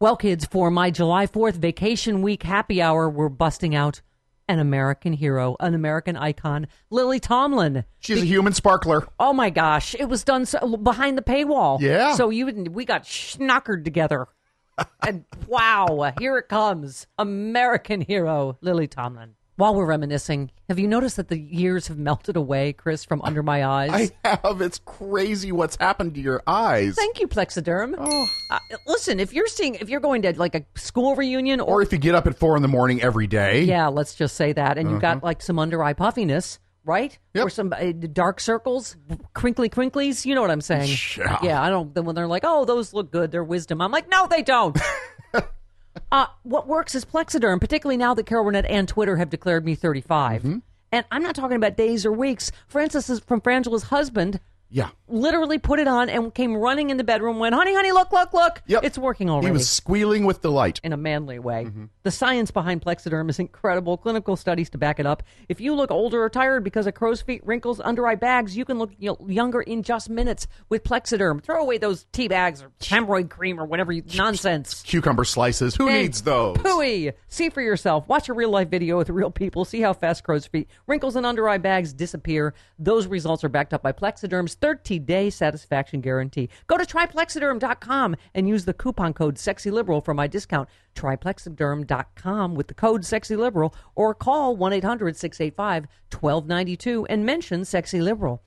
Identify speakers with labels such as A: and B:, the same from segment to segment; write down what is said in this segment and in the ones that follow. A: Well, kids, for my July 4th vacation week happy hour, we're busting out an American hero, an American icon, Lily Tomlin.
B: She's a human sparkler.
A: Oh my gosh, it was done so, behind the paywall.
B: Yeah.
A: So you and- we got schnockered together. and wow, here it comes. American hero, Lily Tomlin. While we're reminiscing, have you noticed that the years have melted away, Chris, from under my eyes?
B: I have. It's crazy what's happened to your eyes.
A: Thank you, Plexiderm.
B: Oh.
A: Uh, listen, if you're seeing, if you're going to like a school reunion
B: or if you get up at four in the morning every day.
A: Yeah, let's just say that. And you've got like some under eye puffiness, right?
B: Uh-huh. Yep.
A: Or some uh, dark circles, crinkly crinklies. You know what I'm saying?
B: Yeah.
A: I don't. Then when they're like, oh, those look good, they're wisdom. I'm like, no, they don't. uh, what works is Plexiderm, particularly now that Carol Burnett and Twitter have declared me 35.
B: Mm-hmm.
A: And I'm not talking about days or weeks. Francis's from Frangela's husband
B: Yeah.
A: literally put it on and came running in the bedroom. Went, honey, honey, look, look, look.
B: Yep.
A: It's working already
B: He was squealing with delight.
A: in a manly way. The science behind Plexiderm is incredible. Clinical studies to back it up. If you look older or tired because of crow's feet, wrinkles, under eye bags, you can look you know, younger in just minutes with Plexiderm. Throw away those tea bags or hemorrhoid cream or whatever you, nonsense.
B: Cucumber slices. Who needs those?
A: Pooey! See for yourself. Watch a real life video with real people. See how fast crow's feet, wrinkles, and under eye bags disappear. Those results are backed up by Plexiderm's 30 day satisfaction guarantee. Go to triplexiderm.com and use the coupon code SEXYLIBERAL for my discount. Triplexiderm.com with the code SEXYLIBERAL or call 1 800 685 1292 and mention Sexy Liberal.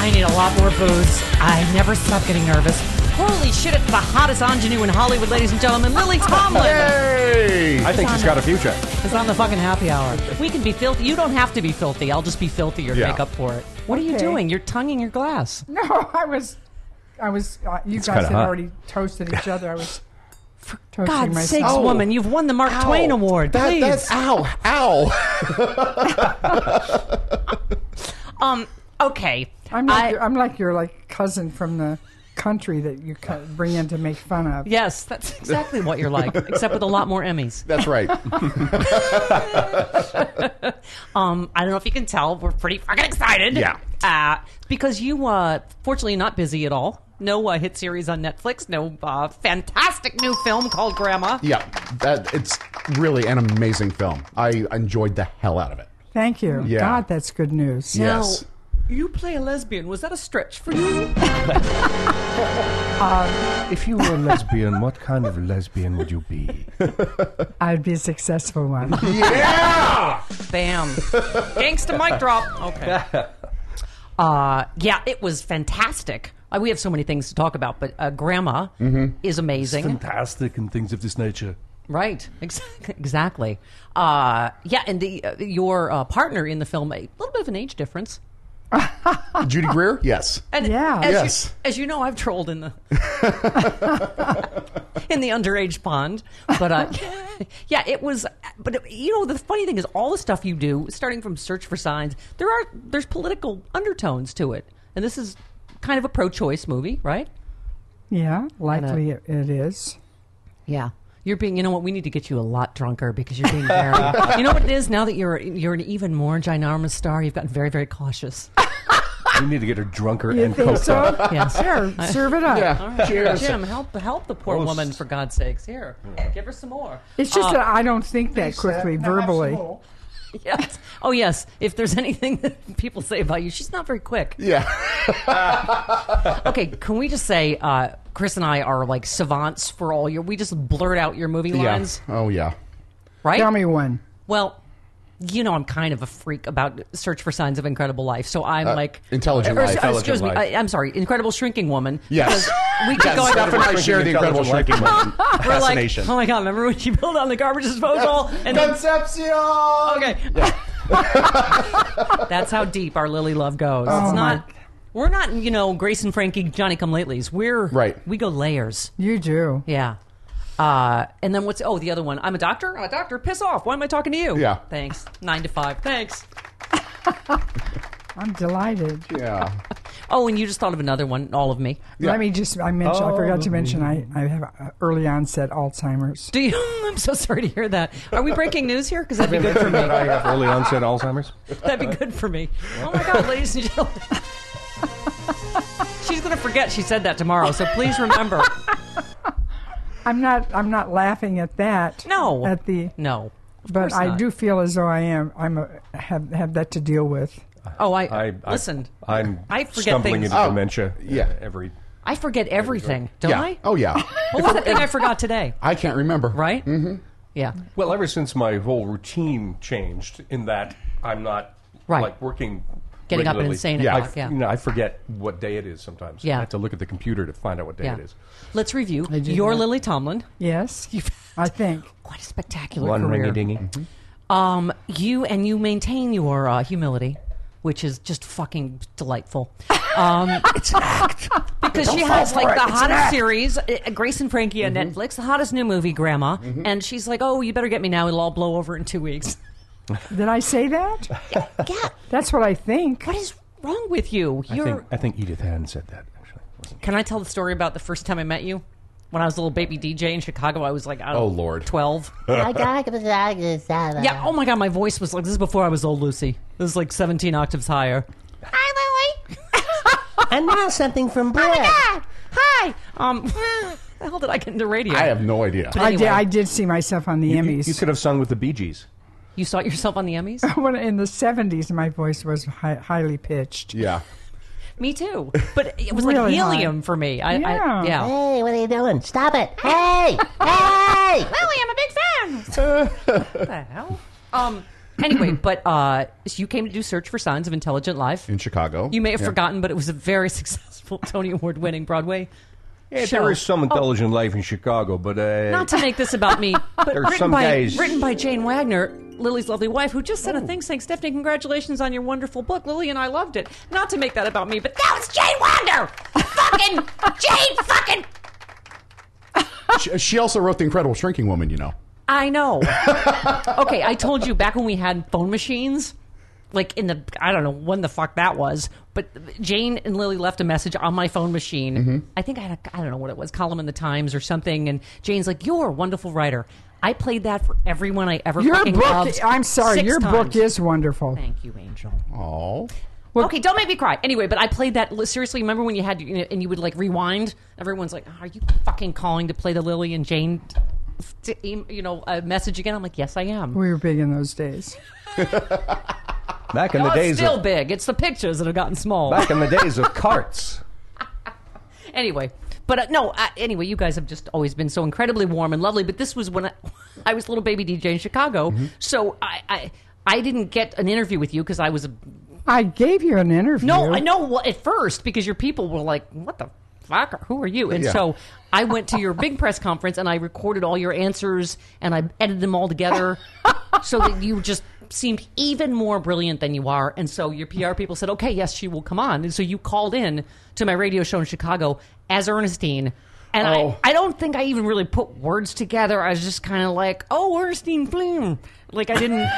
A: I need a lot more booze. I never stop getting nervous. Holy shit, it's the hottest ingenue in Hollywood, ladies and gentlemen. Lily Tomlin
B: Hey!
C: I think she's got a future.
A: is on the fucking happy hour. We can be filthy. You don't have to be filthy. I'll just be filthy or
B: Yeah.
A: make up for it. What are you
D: Okay.
A: doing? You're tonguing your glass.
D: No, I was, I was. Uh, you guys
C: kinda
D: had
C: hot.
D: already toasted each other. I was for toasting
A: God's
D: myself.
A: sakes,
B: Oh.
A: woman, you've won the Mark
B: Ow.
A: Twain Award.
B: That-
A: Please.
B: That's ow, ow.
A: um, okay.
D: I'm like,
A: I-
D: your, I'm like your like cousin from the country that you co- bring in to make fun of.
A: Yes, that's exactly what you're like, except with a lot more Emmys.
B: That's right.
A: Um, I don't know if you can tell, we're pretty fucking excited.
B: Yeah.
A: Uh, because you, uh, fortunately, not busy at all. No uh, hit series on Netflix. No uh, fantastic new film called Grandma.
B: Yeah. That it's really an amazing film. I enjoyed the hell out of it.
D: Thank you.
B: Yeah.
D: God, that's good news.
B: Yes.
A: Now, you play a lesbian. Was that a stretch for you?
E: If you were a lesbian, what kind of lesbian would you be?
D: I'd be a successful one.
B: Yeah.
A: Bam. Gangsta mic drop. Okay. Uh, yeah, it was fantastic. Uh, we have so many things to talk about, but uh, Grandma is amazing.
E: Fantastic and things of this nature.
A: Right. Exactly. Exactly. Uh, yeah, and the, uh, your uh, partner in the film, a little bit of an age difference.
B: Judy Greer? Yes.
A: And
D: Yeah.
A: as
B: Yes.
A: You, as you know, I've trolled in the in the underage pond, but uh, yeah, it was. But you know, the funny thing is, all the stuff you do, starting from search for signs, there are there's political undertones to it, and this is kind of a pro-choice movie, right?
D: yeah, likely it, it is.
A: Yeah. You're being, you know what? We need to get you a lot drunker because you're being very. you know what it is now that you're you're an even more ginormous star. You've gotten very, very cautious.
E: We need to get her drunker
D: You
E: and
D: think
E: coked
D: so?
E: up.
A: Yeah.
D: Sure, serve it up.
B: Yeah. Cheers.
A: Jim, help help the poor
E: Gross.
A: woman for God's sakes. Here, give her some more.
D: It's just that I don't think that quickly verbally.
A: Yes. Oh yes. If there's anything that people say about you, she's not very quick.
B: Yeah.
A: Okay. Can we just say, uh, Chris and I are like savants for all your. We just blurt out your movie
B: Yeah.
A: lines,
B: Oh yeah.
A: right?
D: Tell me one.
A: Well, you know, I'm kind of a freak about search for signs of incredible life. So I'm like
B: Uh, Intelligent
A: or, uh,
B: Life.
A: excuse
E: Intelligent
A: me.
E: Life.
A: I, I'm sorry. Incredible shrinking woman.
B: Yes.
A: We could go
B: Steph and I share the incredible shrinking.
A: We're like, oh my god! Remember when she built on the garbage disposal? And
B: Concepcion.
A: okay, that's how deep our Lily love goes. it's not. We're not, you know, Grace and Frankie, Johnny Come Latelys. We're
B: Right.
A: We go layers.
D: You do.
A: Yeah. Uh, and then what's? Oh, the other one. I'm a doctor. I'm a doctor. Piss off. Why am I talking to you?
B: Yeah.
A: Thanks. Nine to five. Thanks.
D: I'm delighted.
B: Yeah.
A: Oh, and you just thought of another one. All of me.
B: Yeah.
D: Let me just, I mentioned, I forgot to
E: Oh.
D: mention, I, I have uh, early onset Alzheimer's.
A: Do you? I'm so sorry to hear that. Are we breaking news here? Because that'd be good for me.
E: That I have early onset Alzheimer's.
A: That'd be good for me. Oh my God, ladies and gentlemen. She's going to forget she said that tomorrow, so please remember.
D: I'm not, I'm not laughing at that.
A: No.
D: At the,
A: No. Of
D: but
A: course
D: I
A: not.
D: do feel as though I am, I'm a, have, have that to deal with.
A: Oh, I,
E: I, I
A: listen. I,
E: I'm
A: I forget
E: stumbling
A: things.
E: into
B: Oh,
E: dementia. uh,
B: yeah.
E: every
A: forget everything, don't
B: Yeah.
A: I?
B: Oh yeah.
A: What was the thing I forgot today?
B: I can't remember.
A: Right? Mm-hmm. Yeah.
E: well, ever since my whole routine changed, in that I'm not
A: Right.
E: like working.
A: Getting up at
E: regularly.
A: insane
E: I
A: o'clock,
E: f-
A: yeah.
E: you know, I forget what day it is sometimes.
A: Yeah.
E: I have to look at the computer to find out what day
A: Yeah.
E: it is.
A: Let's review. You're
D: that.
A: Lily Tomlin.
D: Yes.
A: You've
D: I think.
A: quite a spectacular career.
E: dingy.
A: Um, you and you maintain your uh, humility, which is just fucking delightful. Um, it's an act because she has like the hottest series, uh, Grace and Frankie on Netflix, the hottest new movie, Grandma, and she's like, "Oh, you better get me now; it'll all blow over in two weeks."
D: Did I say that?
A: yeah,
D: That's what I think.
A: what is wrong with you?
E: I
A: You're.
E: think, I think Edith Hand said that actually. wasn't
A: Can I tell the story about the first time I met you? When I was a little baby DJ in Chicago, I was like, I don't
B: Oh, Lord.
A: twelve.
C: I got to
A: Yeah. Oh my god, my voice was like this is before I was old Lucy. This is like seventeen octaves higher. Hi, Lily. Oh
C: And now something from Brad.
A: Hi. Um, the hell did I get into radio?
B: I have no idea.
D: I, did,
A: Anyway.
D: I did see myself on the
E: You,
D: Emmys.
E: you could have sung with the Bee Gees.
A: You saw yourself on the Emmys?
D: when in the 70s my voice was hi- highly pitched
B: Yeah.
A: me too. But it was like
D: Really
A: helium
D: high.
A: for me. I, I,
D: Yeah.
A: yeah.
C: Hey, what are you doing? Stop it. Hey! hey!
A: Lily, I'm a big fan. what the hell? Um. Anyway, but uh, so you came to do search for signs of intelligent life.
B: In Chicago.
A: You may have
B: Yeah.
A: forgotten, but it was a very successful Tony Award-winning Broadway.
E: Yeah,
A: show.
E: there is some intelligent life in Chicago, but uh,
A: Oh. Not to make this about me, but
E: are
A: written
E: some
A: by,
E: days-
A: written by Jane Wagner, Lily's lovely wife, who just sent
E: Oh.
A: a thing saying, Stephanie, congratulations on your wonderful book. Lily and I loved it. Not to make that about me, but that was Jane Wagner! fucking Jane fucking.
B: She, she also wrote the Incredible Shrinking Woman. You know.
A: I know. okay, I told you back when we had phone machines, like in the, I don't know when the fuck that was, but Jane and Lily left a message on my phone machine.
D: Mm-hmm.
A: I think I had a, I don't know what it was, column in the Times or something, and Jane's like, You're a wonderful writer. I played that for everyone I ever
D: your
A: fucking
D: book
A: loved
D: i'm sorry
A: six
D: your
A: times.
D: book is wonderful
A: Thank you, Angel.
B: Oh.
A: okay, don't make me cry. Anyway, but I played that li- seriously. Remember when you had you know, and you would like rewind? Everyone's like, "Are you fucking calling to play the Lily and Jane?" t- em- You know, a message again. I'm like, yes, I am.
D: we were big in those days
E: back in the
A: Oh, it's
E: days
A: still
E: of,
A: big. It's the pictures that have gotten small.
E: back in the days of carts.
A: anyway, but uh, no. Uh, anyway, you guys have just always been so incredibly warm and lovely. But this was when I, I was a little baby DJ in Chicago,
E: Mm-hmm.
A: so I, I I didn't get an interview with you because I was a
D: i gave you an interview
A: No, I know well, at first because your people were like, "What the fuck? Or Who are you?" And
B: Yeah.
A: so I went to your big press conference and I recorded all your answers and I edited them all together so that you just seemed even more brilliant than you are. And so your PR people said, "Okay, yes, she will come on." And so you called in to my radio show in Chicago as Ernestine. And
B: Oh.
A: I, I don't think I even really put words together. I was just kind of like, "Oh, Ernestine Bloom," like I didn't.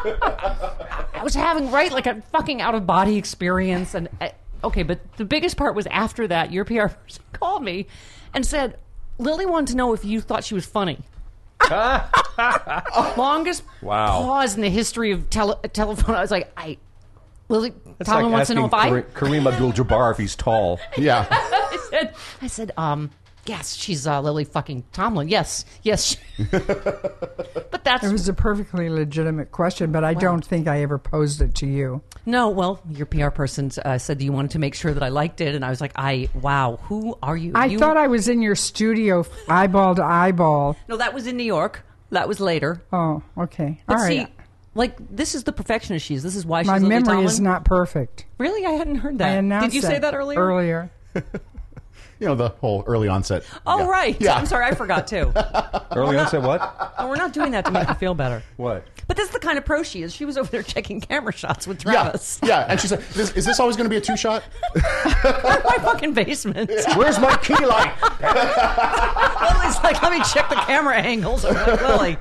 A: I was having right like a fucking out of body experience, and I, okay, but the biggest part was after that, your PR person called me and said Lily wanted to know if you thought she was funny. Longest
E: Wow.
A: pause in the history of tele- telephone. I was like, I, Well,
E: That's
A: Tomlin
E: like
A: wants to know if I.
E: asking Kareem Abdul-Jabbar if he's tall.
B: Yeah.
A: I said, I said, um, yes, she's uh, Lily fucking Tomlin. Yes, yes. she- but that's
D: It was a perfectly legitimate question, but I don't think I ever posed it to you.
A: no. Well, your PR person uh, said you wanted to make sure that I liked it, and I was like, I wow, who are you?
D: I
A: you,
D: thought I was in your studio, eyeball to eyeball.
A: no, that was in New York. That was later.
D: Oh, okay.
A: But
D: All
A: see,
D: right.
A: like this is the perfectionist she is. This is why she's
D: My
A: Lily
D: memory
A: Tomlin.
D: is not perfect.
A: really. I hadn't heard
D: I
A: that.
D: announced
A: Did you say that earlier?
D: Earlier.
B: You know, the whole early onset.
A: Oh
B: Yeah.
A: right.
B: Yeah.
A: I'm sorry, I forgot too.
E: Early on, said what?
A: No, we're not doing that to make you feel better.
E: What?
A: But this is the kind of pro she is. She was over there checking camera shots with
B: Yeah.
A: Travis
B: Yeah. And she's like, this, is this always going to be a two shot?
A: in my fucking basement.
B: Where's my key light?
A: Lily's like, let me check the camera angles. I'm like, Lily.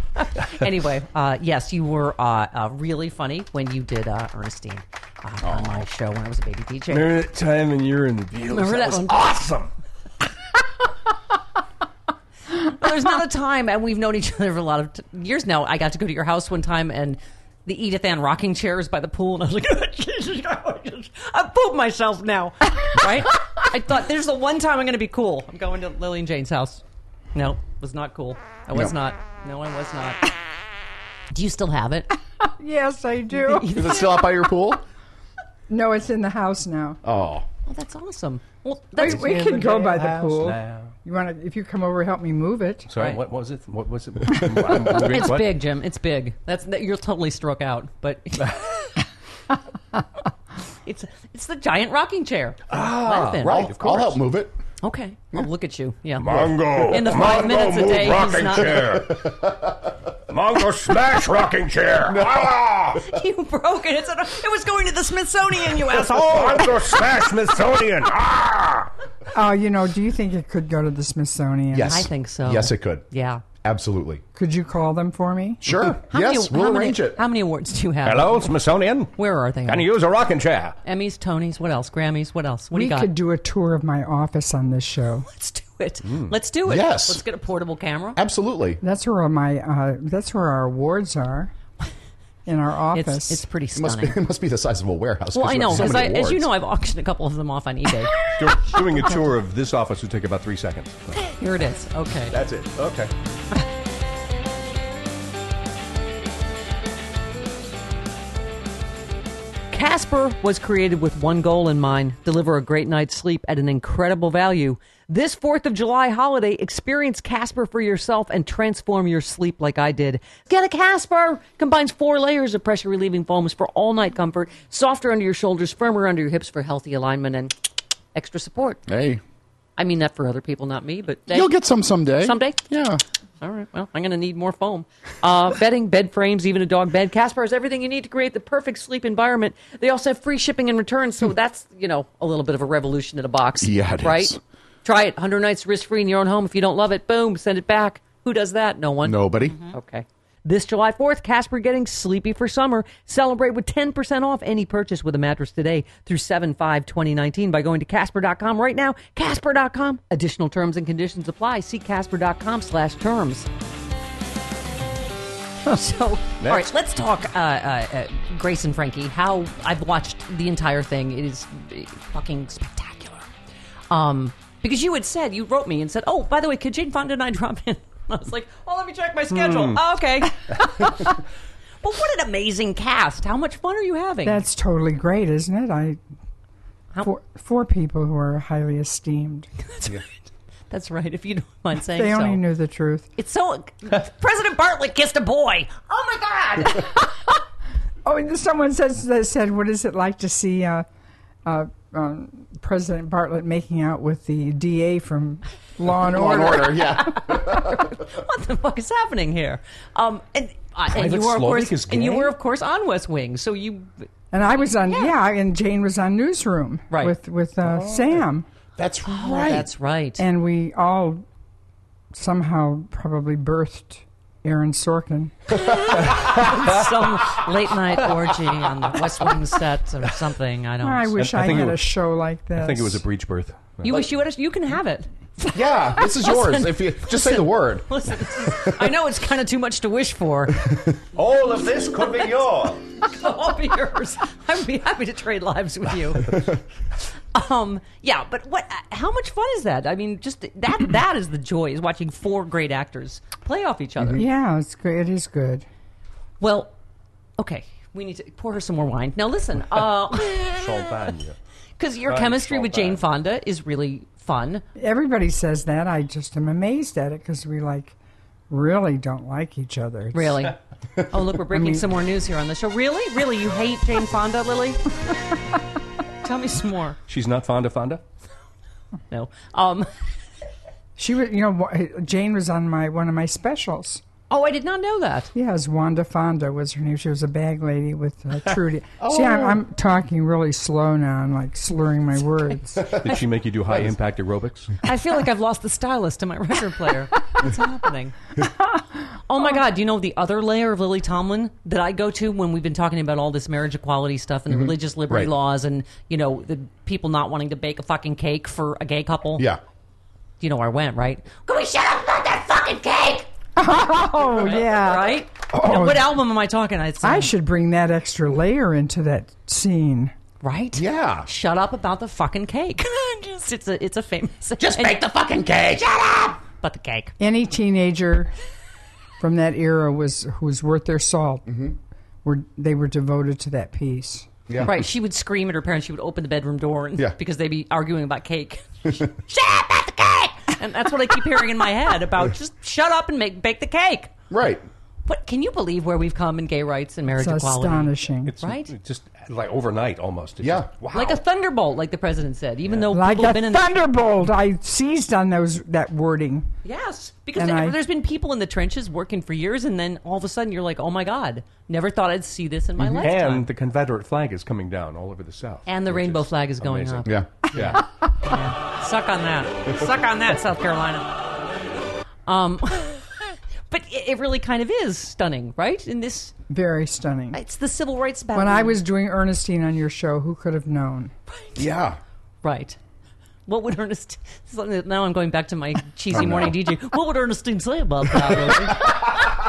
A: anyway, uh, yes, you were uh, uh, really funny when you did uh, Ernestine uh, on my show when I was a baby DJ.
E: Remember that time when you were in the Beatles?
A: Remember that
E: was
A: one?
E: awesome.
A: Well, there's not a time, and we've known each other for a lot of t- years now. I got to go to your house one time, and the Edith Ann rocking chair was by the pool, and I was like, "Oh, Jesus, I pooped myself now, right? I thought there's the one time I'm going to be cool. I'm going to Lily and Jane's house. No, was not cool. I was
B: No.
A: not. No, I was not. Do you still have it?
D: Yes, I do.
B: Is it still out by your pool?
D: no, it's in the house now.
B: Oh.
A: Oh, that's awesome. Well,
D: we
A: that's
D: we can go by the pool. You want to? If you come over, help me move it.
E: Sorry,
A: Right.
E: what was it? What was it?
A: it's
E: it's
A: big, Jim. It's big. That's that, you're totally struck out, but. It's it's the giant rocking chair. Ah,
B: I'll,
E: of
B: I'll
E: course.
B: help move it.
A: Okay. Oh, look at you. Yeah.
F: Mongo.
A: In the five
F: Mongo,
A: minutes a
F: move
A: day, he's
F: rocking
A: not-
F: chair. Mongo, smash rocking chair. Ah!
A: You broke it. It's it was going to the Smithsonian, you asshole.
F: Mongo, smash Smithsonian. Ah!
D: Oh, you know, do you think it could go to the Smithsonian?
B: Yes.
A: I think so.
B: Yes, it could.
A: Yeah.
B: Absolutely.
D: Could you call them for me?
B: Sure.
A: How
B: yes,
A: many,
B: we'll
A: how many-
B: arrange it.
A: How many awards do you have?
F: Hello, Smithsonian.
A: Where are they?
F: Can you use a rocking chair?
A: Emmys, Tonys, what else? Grammys, what else? What do
D: we
A: you got?
D: could do a tour of my office on this show.
A: Let's do it. Let's do it.
B: Hmm. Yes.
A: Let's get a portable camera.
B: Absolutely.
D: That's where all my uh, that's where our awards are in our office.
A: It's it's pretty
B: It must, be,
A: stunning.
B: it must be the size of a warehouse.
A: well,
B: 'cause
A: I
B: we have
A: know
B: so
A: because
B: many
A: as you
B: awards.
A: know, I've auctioned a couple of them off on eBay.
E: Doing a tour of this office would take about three seconds.
A: Here it is. Okay.
B: That's it. Okay.
A: Casper was created with one goal in mind deliver a great night's sleep at an incredible value. This 4th of July holiday, experience Casper for yourself and transform your sleep like I did. Get a Casper! Combines four layers of pressure relieving foams for all night comfort, softer under your shoulders, firmer under your hips for healthy alignment, and extra support.
B: Hey.
A: I mean that for other people, not me, but
B: You'll get some someday.
A: Someday?
B: Yeah.
A: all right, well, I'm going to need more foam. Uh, bedding, bed frames, even a dog bed. Casper has everything you need to create the perfect sleep environment. They also have free shipping and returns, so that's, you know, a little bit of a revolution in a box.
B: Hmm. Yeah, it
A: Right?
B: is.
A: Try it. 100 nights risk free in your own home. If you don't love it, boom, send it back. Who does that? No one.
B: Nobody.
A: Okay. This July 4th, Casper getting sleepy for summer. Celebrate with 10% off any purchase with a mattress today through 7 5 2019 by going to Casper.com right now. Casper.com. Additional terms and conditions apply. See Casper.com slash terms. So, all right, let's talk uh, uh, uh, Grace and Frankie. How I've watched the entire thing. It is uh, fucking spectacular. Um, because you had said, you wrote me and said, oh, by the way, could Jane Fonda and I drop in? I was like, well, let me check my schedule. Oh, okay. but what an amazing cast. How much fun are you having?
D: That's totally great, isn't it? I four, four people who are highly esteemed.
A: That's right, if you don't mind saying
D: They
A: so.
D: only knew the truth.
A: It's so. President Bartlett kissed a boy. Oh, my God.
D: Oh, and someone says that said, "What is it like to see uh, uh, um, President Bartlett making out with the DA from Law and
B: Law and
D: Order?"
B: order. Yeah.
A: what the fuck is happening here? Um, and, uh, and you
E: Private
A: were of
E: Slovak
A: course,
E: is
A: and you
E: gay?
A: were of course on West Wing, so you
D: And I was on, yeah, and Jane was on Newsroom
A: Right.
D: with with uh,
E: Oh.
D: Sam,
B: That's right.
A: that's Oh, right.
D: and we all somehow probably birthed Aaron Sorkin.
A: Some late night orgy on the West Wing set or something. I don't.
D: I wish
E: I
D: I,
E: think it
D: had a
E: was-
D: show like this.
E: I think it was a breech birth.
A: you wish you had. A, you can have it.
B: Yeah, this is yours. If you just say the word.
A: Listen, this is- I know it's kind of too much to wish for.
G: All of this could be yours.
A: I'll be yours. I'd be happy to trade lives with you. Um, yeah, but what? uh, How much fun is that? I mean, just that—that is the joy is watching four great actors play off each other.
D: Yeah, it's good. It is good.
A: Well, okay, we need to pour her some more wine. Now, listen, because
E: Champagne.
A: your
E: Right,
A: chemistry
E: all
A: with
E: bad.
A: Jane Fonda is really fun.
D: Everybody says that. I just am amazed at it because we like really don't like each other. It's-
A: Really. Oh, look, we're breaking some more news here on the show. Really, really, you hate Jane Fonda, Lily? Tell me some more.
E: She's not fond of Fonda?
A: No. Um.
D: She was, you know, wa- Jane was on my one of my specials.
A: Oh, I did not know that.
D: Yeah, it was Wanda Fonda was her name. She was a bag lady with uh, Trudy. See, I'm, I'm talking really slow now. I'm like slurring my words.
E: Did she make you do high impact aerobics?
A: I feel like I've lost the stylus to my record player. What's happening? Oh my God! Do you know the other layer of Lily Tomlin that I go to when we've been talking about all this marriage equality stuff and the religious liberty
B: Mm-hmm. Right.
A: laws and you know the people not wanting to bake a fucking cake for a gay couple?
B: Yeah.
A: You know where I went, right?
H: Can we shut up about that fucking cake?
D: Oh yeah,
A: Right?
B: Oh.
A: Now, what album am I talking? I'd say,
D: I should bring that extra layer into that scene.
A: right?
B: Yeah.
A: Shut up about the fucking cake. Just, it's a it's a famous.
G: Just make the fucking cage. Shut up.
A: but the cake.
D: Any teenager from that era was who was worth their salt. Were they were devoted to that piece?
B: Yeah.
A: Right. She would scream at her parents. She would open the bedroom door and,
B: Yeah.
A: because they'd be arguing about cake. shut up about the cake! And that's what I keep hearing in my head about just shut up and make bake the cake.
B: Right.
A: What can you believe where we've come in gay rights and marriage
D: It's
A: equality?
D: astonishing.
E: It's
A: Right?
E: Just like overnight almost. It's
B: Yeah.
E: just, wow.
A: Like a thunderbolt, like the president said, even though
D: like
A: people
D: a
A: have been in
D: thunderbolt. I seized on those that wording.
A: Yes, because
D: And I-
A: there's been people in the trenches working for years, and then all of a sudden you're like, oh my God, never thought I'd see this in my
E: Mm-hmm.
A: lifetime.
E: and the Confederate flag is coming down all over the South.
A: And the
E: which
A: rainbow
E: is
A: flag is going
E: amazing.
A: up.
B: Yeah.
E: Yeah.
A: Suck on that. Suck on that, South Carolina. Um, but it, it really kind of is stunning, right? In this,
D: Very stunning.
A: it's the civil rights battle.
D: when I was doing Ernestine on your show, who could have known?
B: Yeah.
A: right. What would Ernest? Now I'm going back to my cheesy morning DJ. What would Ernestine say about that?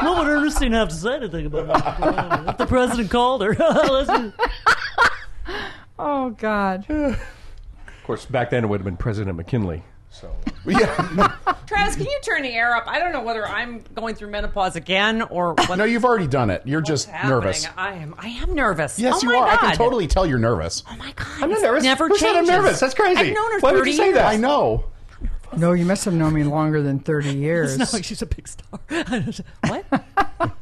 A: Lily? what would Ernestine have to say anything about it? If the president called her, Listen.
D: Oh God!
E: Of course, back then it would have been President McKinley. So
B: Yeah.
A: Travis, can you turn the air up? I don't know whether I'm going through menopause again or what.
B: No, you've already done it. You're just
A: happening.
B: nervous.
A: I am. I am nervous.
B: Yes,
A: Oh
B: you
A: my
B: are. I can
A: God.
B: totally tell you're nervous.
A: Oh my god!
B: I'm not
A: it's
B: nervous.
A: Never
B: Who said I'm
A: changes.
B: nervous? That's crazy.
A: I've known her
B: Why would
A: thirty
B: you say
A: years.
B: that? I know.
D: No, you must have known me longer than thirty years.
A: No, she's a big star. what?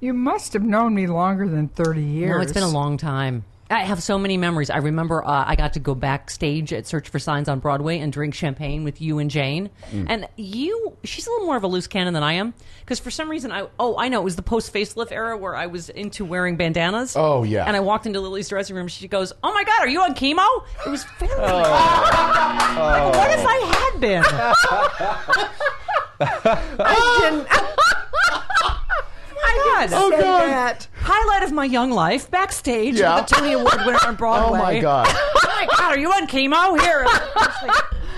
D: You must have known me longer than thirty years.
A: No, it's been a long time. I have so many memories. I remember uh, I got to go backstage at Search for Signs on Broadway and drink champagne with you and Jane.
B: Hmm.
A: And you, she's a little more of a loose cannon than I am because for some reason I, oh, I know, it was the post facelift era where I was into wearing bandanas.
B: Oh, yeah.
A: And I walked into Lily's dressing room. She goes, "Oh my God, are you on chemo?" It was fairly.
B: Oh.
A: Like, what if I had been? I didn't. I didn't.
B: Oh,
A: say
B: God.
A: that. Highlight of my young life backstage
B: Yeah.
A: with the Tony Award winner on
B: Oh
A: Broadway.
B: my god.
A: Oh my God, are you on chemo here?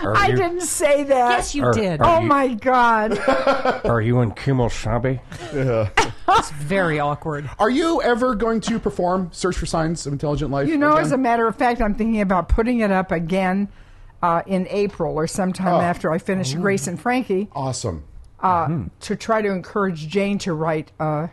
D: I didn't say that.
A: yes, you
E: Or-
A: did.
E: or-
D: Oh
E: You-
D: my God!
G: Are you in Kimosabe?
A: It's very awkward.
B: Are you ever going to perform Search for Signs of Intelligent Life?
D: You know,
B: again?
D: as a matter of fact, I'm thinking about putting it up again uh, in April or
A: Oh.
D: sometime after I finish Grace and Frankie
B: awesome.
D: uh, to try to encourage Jane to write uh,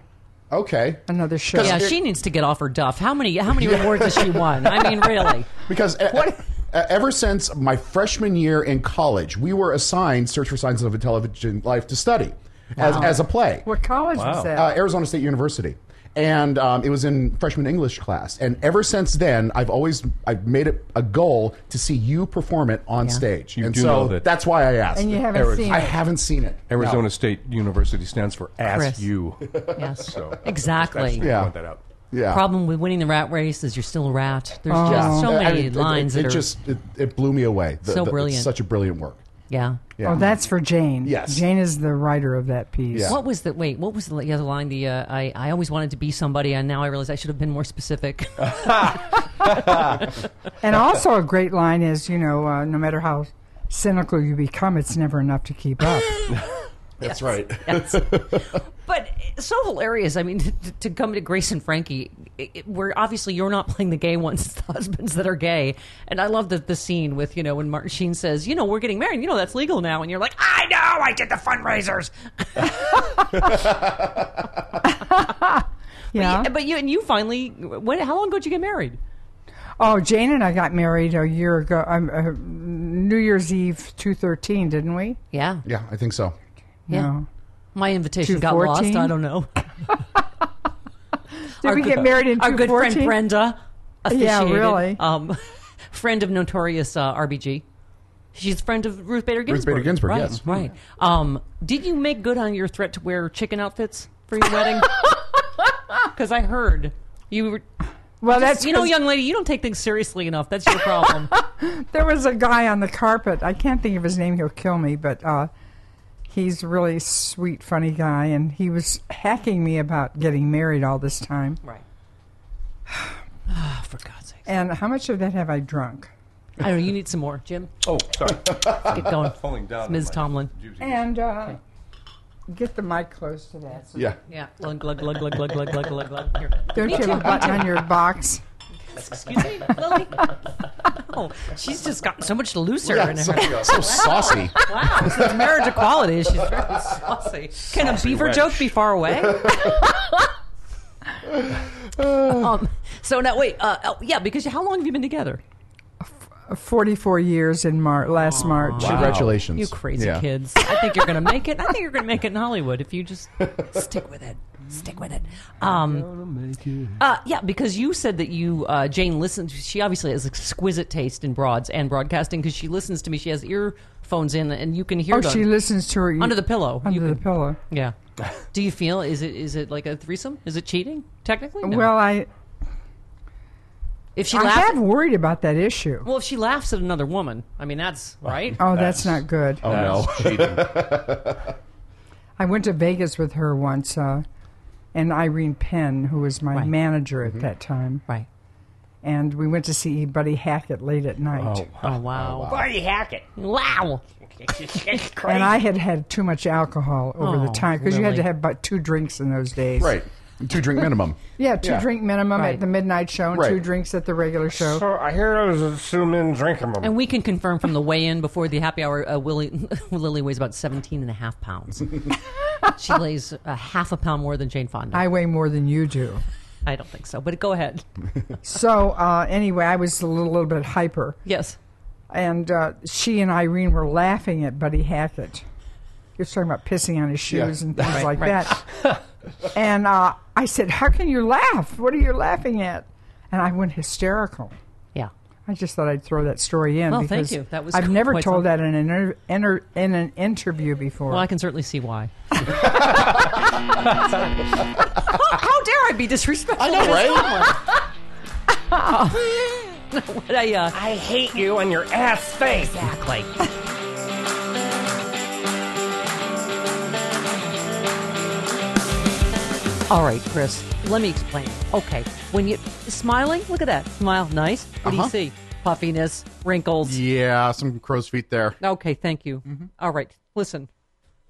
B: Okay.
D: another show.
A: Yeah, she needs to get off her duff. How many? How many awards has she won? I mean, really.
B: Because e- e- ever since my freshman year in college, we were assigned Search for Signs of Intelligent Life to study as, as a play.
D: What college was that?
B: uh, Arizona State University, and um, it was in freshman English class. And ever since then, I've always I've made it a goal to see you perform it on stage.
E: You
B: and
E: do
B: so
E: know that-
B: that's why I asked.
D: And you haven't seen
B: I
D: it.
B: haven't seen it.
E: Arizona
B: No.
E: State University stands for Ask
A: Chris.
E: You.
A: Yes.
E: So
A: Exactly.
E: Just
B: Yeah.
E: Point that out.
B: Yeah.
A: Problem with winning the rat race is you're still a rat. There's just so
B: I- I-
A: many
B: Oh. it-
A: lines
B: It, it,
A: that are
B: just it, it blew me away. The-
A: So
B: the- it's
A: brilliant.
B: such a brilliant work.
A: yeah.
B: Yeah.
D: Oh, that's for Jane.
B: Yes.
D: Jane is the writer of that piece.
B: Yeah.
A: What was the wait? What was the other line? The uh, I I always wanted to be somebody, and now I realize I should have been more specific.
D: And also a great line is, you know, uh, no matter how cynical you become, it's never enough to keep up.
B: That's right.
A: But so hilarious. I mean, to, to come to Grace and Frankie, it, it- where obviously you're not playing the gay ones, it's the husbands that are gay. And I love the, the scene with, you know, when Martin Sheen says, you know, we're getting married, you know, that's legal now. And you're like, I know, I did the fundraisers.
D: yeah.
A: But you, and you finally, when, how long ago did you get married?
D: Oh, Jane and I got married a year ago. Um, uh, New Year's Eve, two thirteen, didn't we?
A: Yeah.
B: yeah, I think so.
A: Yeah.
D: No.
A: My invitation got
D: 214?
A: lost. I don't know.
D: Did we get married in
A: Our
D: two
A: good friend
D: fourteen?
A: Brenda
D: Yeah,
A: officiated.
D: really.
A: Um, friend of notorious uh, RBG. She's a friend of Ruth Bader Ginsburg.
B: Ruth Bader Ginsburg,
A: right,
B: yes.
A: Right. Um, did you make good on your threat to wear chicken outfits for your wedding? Because I heard you were.
D: Well, that's
A: you know,
D: 'cause
A: young lady, you don't take things seriously enough. That's your problem.
D: there was a guy on the carpet. I can't think of his name. He'll kill me, but uh, he's a really sweet, funny guy, and he was hacking me about getting married all this time.
A: right. for God's sake.
D: And how much of that have I drunk?
A: I don't know. You need some more, Jim.
E: Oh, sorry.
A: Get going.
E: Falling down. on
A: Ms.
E: my
A: Tomlin.
E: juicy-
D: And uh, get the mic close to that.
B: Yeah.
A: Yeah. Glug, glug, glug, glug, glug, glug, glug, glug, glug. Here.
D: Don't you have a button on your box?
A: Excuse me, Lily? Oh, she's just gotten so much looser in her.
B: so, so saucy.
A: Wow, since marriage equality, she's very saucy. Can a beaver
E: wench.
A: joke be far away? um, so now, wait, uh, oh, yeah, because how long have you been together?
D: Forty-four years in Mar- last March.
B: Congratulations.
A: You crazy
B: Yeah.
A: kids. I think you're going to make it. I think you're going to make it in Hollywood if you just stick with it. Stick with it. Um, uh, yeah, because you said that you, uh, Jane listens. She obviously has exquisite taste in broads and broadcasting because she listens to me. She has earphones in and you can hear
D: Oh,
A: it on-
D: she listens to her
A: under the pillow.
D: under
A: You
D: the
A: can-
D: pillow.
A: Yeah. Do you feel is it is it like a threesome? Is it cheating technically? No.
D: Well, I
A: if she
D: I
A: laughs,
D: have worried about that issue.
A: well, if she laughs at another woman, I mean that's right.
D: Oh, that's, not good.
B: Oh, no.
E: That's cheating.
D: I went to Vegas with her once, uh, and Irene Penn, who was my
A: Right.
D: manager at that time,
A: Right.
D: and we went to see Buddy Hackett late at night.
A: Oh wow.
I: Buddy Hackett.
A: Wow.
I: It's crazy.
D: And I had had too much alcohol over the
A: Oh,
D: time because you had
A: really?
D: to have about two drinks in those days.
B: Right. Two drink minimum.
D: Yeah, two
B: Yeah.
D: drink minimum
A: Right.
D: at the midnight show and
B: Right.
D: two drinks at the regular show.
I: So Oh, I hear those are two men drinking them.
A: And we can confirm from the weigh-in before the happy hour, uh, Willie, Lily weighs about 17 and a half pounds. she weighs a half a pound more than Jane Fonda. I,
D: I weigh more than you do.
A: don't think so, but go ahead.
D: So uh, anyway, I was a little, little bit hyper,
A: Yes.
D: and uh, she and Irene were laughing at Buddy Hackett. He was talking about pissing on his shoes
B: Yeah.
D: and things like that. and uh, I said, "How can you laugh? What are you laughing at?" And I went hysterical.
A: Yeah.
D: I just thought I'd throw that story in
A: Well, thank
D: because
A: you. That was
D: I've never
A: quite
D: told
A: something.
D: that in an inter- inter- in an interview before.
A: Well, I can certainly see why. how, how dare I be disrespectful?
B: I know, right?
A: But I, uh,
I: I hate you and your ass face. Exactly.
A: All right, Chris, let me explain. Okay, when you smiling, look at that smile. Nice. What
B: Uh-huh.
A: do you see? Puffiness, wrinkles.
B: yeah, some crow's feet there.
A: Okay, thank you.
B: Mm-hmm.
A: All right, listen.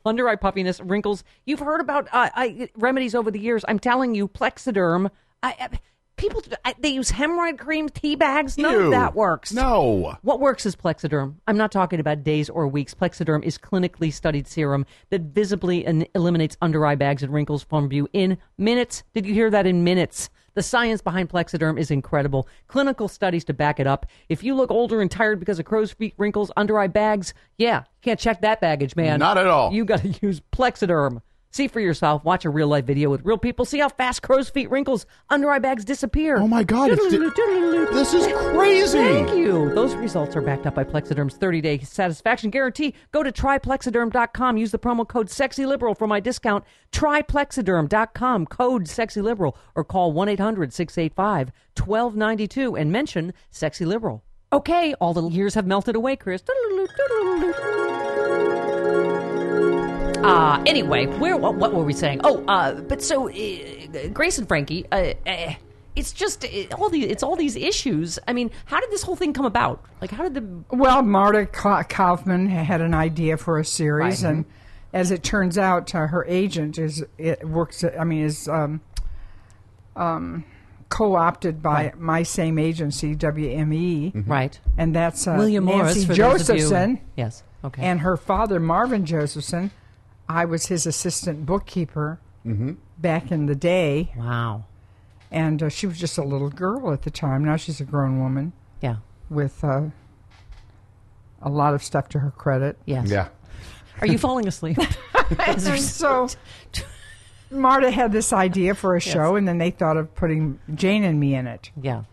A: Under eye puffiness, wrinkles. You've heard about uh, I, remedies over the years. I'm telling you, Plexiderm. I, I, people I, they use hemorrhoid cream, tea bags. None
B: Ew.
A: of that works.
B: No.
A: What works is Plexiderm. I'm not talking about days or weeks. Plexiderm is clinically studied serum that visibly en- eliminates under eye bags and wrinkles from you in minutes. Did you hear that? In minutes. The science behind Plexiderm is incredible. Clinical studies to back it up. If you look older and tired because of crow's feet, wrinkles, under eye bags, yeah, can't check that baggage, man.
B: Not at all.
A: You got to use Plexiderm. See for yourself. Watch a real life video with real people. See how fast crow's feet, wrinkles, under eye bags disappear.
B: Oh my God! It's
A: Doodaloo,
B: this is crazy.
A: Thank you. Those results are backed up by Plexiderm's 30 day satisfaction guarantee. Go to triplexiderm.com. Use the promo code SEXYLIBERAL for my discount. Triplexiderm.com, code SEXYLIBERAL, or call 1 800 685 1292 and mention Sexy Liberal. Okay, all the years have melted away, Chris. Doodaloo, doodaloo. Uh, anyway, where what, what were we saying? Oh, uh, but so uh, Grace and Frankie, uh, uh, it's just it, all these it's all these issues. I mean, how did this whole thing come about? Like, how did the
D: Well, Marta Ka- Kaufman had an idea for a series, and as it turns out, uh, her agent is it works. I mean, is um, um, co-opted by my same agency, WME,
A: right
D: and that's uh,
A: William
D: Nancy
A: Morris for those of you-
D: Josephson.
A: Yes. Okay.
D: and her father Marvin Josephson. I was his assistant bookkeeper back in the day,
A: wow.
D: and uh, she was just a little girl at the time. Now she's a grown woman
A: Yeah.
D: with uh, a lot of stuff to her credit.
A: Yes.
B: Yeah.
A: Are you falling asleep?
D: And so Marta had this idea for a show, and then they thought of putting Jane and me in it,
A: yeah.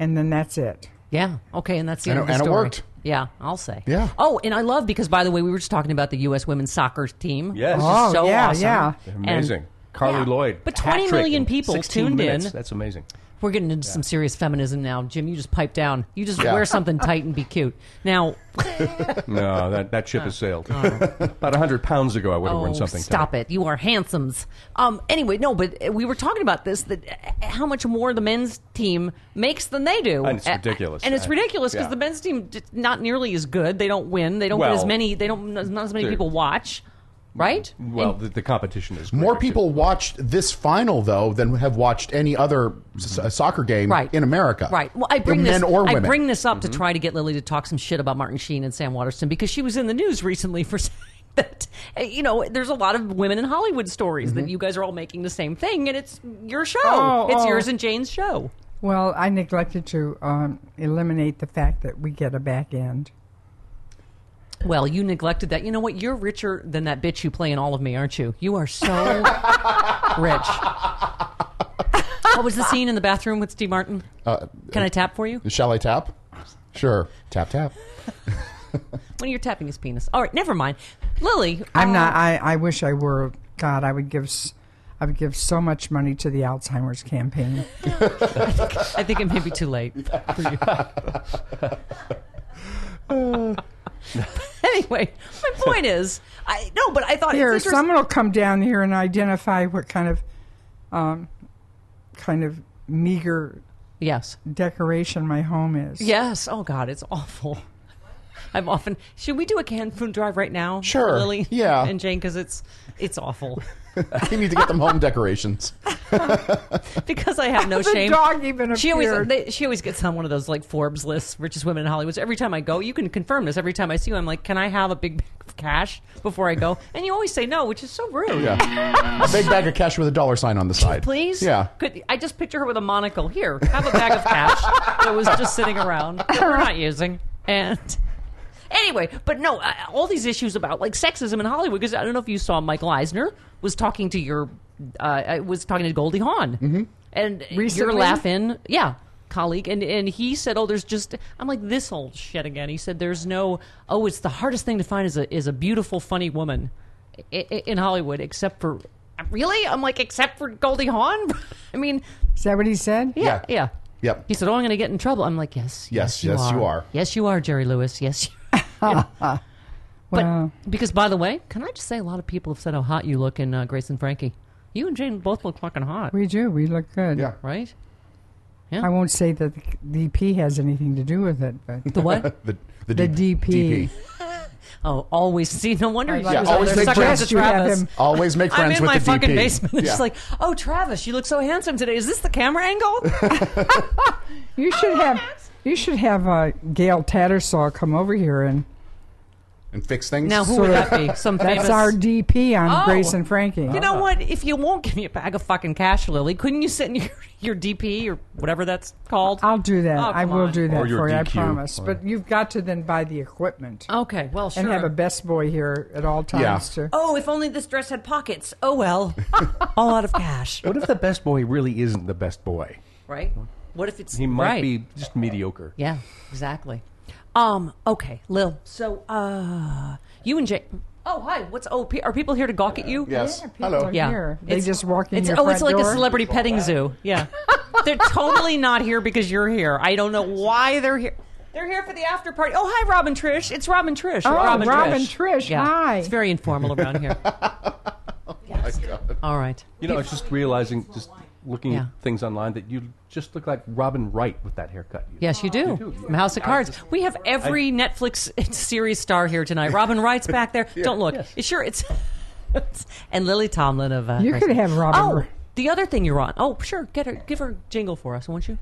D: and then that's it.
A: Yeah. Okay. And that's the
B: And
A: end
B: it-
A: of the
B: and it
A: story.
B: worked.
A: Yeah, I'll say.
B: Yeah.
A: Oh, and I love because by the way, we were just talking about the U.S. women's soccer team.
E: Yes.
A: Which is
D: Oh,
A: so
D: yeah,
A: awesome.
D: yeah.
A: And-
E: Amazing. Carly
A: yeah.
E: Lloyd.
A: But
E: hat
A: 20
E: trick
A: million
E: in
A: people
E: 16
A: tuned
E: minutes.
A: in.
E: That's amazing.
A: We're getting into some serious feminism now, Jim. You just pipe down. You just wear something tight and be cute. Now,
E: No, that, that ship has sailed. About 100 pounds ago, I would have worn
A: Uh, Oh,
E: something.
A: Stop it! You are handsomes. Um. Anyway, no, but uh, we were talking about this that uh, how much more the men's team makes than they do,
E: And it's
A: Uh,
E: ridiculous.
A: And it's
E: I-
A: ridiculous because
E: yeah.
A: the men's team d- not nearly as good. They don't win. They don't get as
E: Well,
A: many. They don't not as many
E: they're-
A: people watch. Right?
E: Well, the, the competition is
B: More
E: greater, too.
B: people watched this final though than have watched any other s- s- soccer game
A: Right.
B: in America.
A: Right. Well, I bring this.
B: men or women.
A: I bring this up to try to get Lily to talk some shit about Martin Sheen and Sam Waterston because she was in the news recently for saying that uh, you know there's a lot of women in Hollywood stories
B: Mm-hmm.
A: that you guys are all making the same thing and it's your show.
D: Oh,
A: it's
D: oh.
A: yours and Jane's show.
D: Well, I neglected to um, eliminate the fact that we get a back end.
A: Well, you neglected that. You know what? You're richer than that bitch you play in all of me, aren't you? You are so rich. what was the scene in the bathroom with Steve Martin?
B: Uh,
A: Can I tap for you?
B: Shall I tap? Sure. Tap tap.
A: When you're tapping his penis. All right, never mind. Lily,
D: I'm
A: uh,
D: not. I, I wish I were. God, I would give. s- I would give so much money to the Alzheimer's campaign.
A: I think it may be too late for you. anyway, my point is, I no, but I thought
D: Here,
A: it's interesting.
D: someone will come down here and identify what kind of, um, kind of meager
A: yes,
D: decoration my home is.
A: yes. Oh God, it's awful. I'm often. Should we do a canned food drive right now?
B: Sure.
A: Lily.
B: Yeah.
A: And Jane, because it's it's awful.
B: you need to get them home decorations.
A: Because I have no
D: The
A: shame.
D: dog even
A: She always
D: appeared.
A: they, she always gets on one of those like Forbes lists, richest women in Hollywood. So every time I go, you can confirm this. Every time I see you, I'm like, can I have a big bag of cash before I go? And you always say no, which is so rude.
B: Yeah. a big bag of cash with a dollar sign on the side.
A: Please,
B: Yeah.
A: Could I just picture her with a monocle? Here, have a bag of cash that was just sitting around that we're not using. And anyway, but no, uh, all these issues about like sexism in Hollywood. Because I don't know if you saw Michael Eisner was talking to your, uh, uh, was talking to Goldie Hawn, mm-hmm. and your
D: Recently?
A: laughing, yeah, colleague, and and he said, oh, there's just I'm like this old shit again. He said, there's no, oh, it's the hardest thing to find is a is a beautiful, funny woman i- i- in Hollywood, except for. Really? I'm like, except for Goldie Hawn? I mean,
D: Is that what he said?
A: yeah.
B: Yeah.
A: Yeah.
B: Yep.
A: He said, Oh, I'm going to get in trouble. I'm like, Yes.
B: Yes, yes, you are.
A: Yes, you are, Jerry Lewis. Yes. You but
D: Wow.
A: because, by the way, can I just say a lot of people have said how hot you look in uh, Grace and Frankie? You and Jane both look fucking hot,
D: We do. We look good.
B: Yeah.
A: right?
D: I won't say that the DP has anything to do with it, but
A: The what?
B: The, the,
D: the
B: D-
D: DP.
A: oh, always see. No wonder you
D: like
A: guys
B: that.
A: are
B: Always
A: there
B: make
A: sucking up
B: friends.
A: to
D: You have
A: Travis.
D: him.
B: Always make
A: I'm
B: friends
A: in
B: with
A: my
B: the
A: fucking
B: DP.
A: basement. It's
B: Yeah.
A: just like, oh, Travis, you look so handsome today. Is this the camera angle?
D: You should have. You should have uh, Gail Tattersall come over here, and
B: and fix things.
A: now, who
D: Sort
A: would
D: of-
A: that be? Some
D: that's
A: famous...
D: our Uh-huh. DP on
A: Oh.
D: Grace and Frankie.
A: You know what? If you won't give me a bag of fucking cash, Lily, couldn't you send your, your DP or whatever that's called?
D: I'll do that.
A: Oh,
D: I
A: come
D: will
A: on.
D: do that
E: Or your
D: for you. I
E: DQ.
D: promise.
E: Or-
D: But you've got to then buy the equipment
A: Okay, well, sure.
D: and have a best boy here at all times. To
A: oh, if only this dress had pockets. Oh well, all out of cash,
E: What if the best boy really isn't the best boy?
A: right? What if it's
E: Mm-hmm. He might
A: right.
E: be just mediocre.
A: Yeah, exactly. Um. Okay, Lil. So, uh, you and Jay. Oh, hi. What's oh? Pe- are people here to gawk at you?
B: yes.
D: people
B: Hello.
D: are
A: Yeah.
D: here. They just walk in
A: It's,
D: your
A: oh, it's
D: front
A: like a
D: door.
A: celebrity petting zoo. Yeah. they're totally not here because you're here. I don't know why they're here. They're here for the after party. Oh, hi, Robin Trish. It's Robin Trish.
D: Oh,
A: Robin,
D: Robin
A: Trish.
D: Trish. Hi.
A: It's very informal around here. All right.
E: You know, I was just realizing just looking
A: Yeah.
E: at things online that you just look like Robin Wright with that haircut. You-
A: Yes, you
E: You
A: do.
E: do.
A: From House of
E: I
A: Cards.
E: just-
A: we have every Netflix series star here tonight. Robin Wright's back there. Don't look.
E: Yes.
A: It's sure it's, it's- and Lily Tomlin of uh,
D: You could
A: Grace-
D: have Robin
A: Oh,
D: Wright.
A: the other thing you're on. Oh, sure. Get her. Give her a jingle for us, won't you?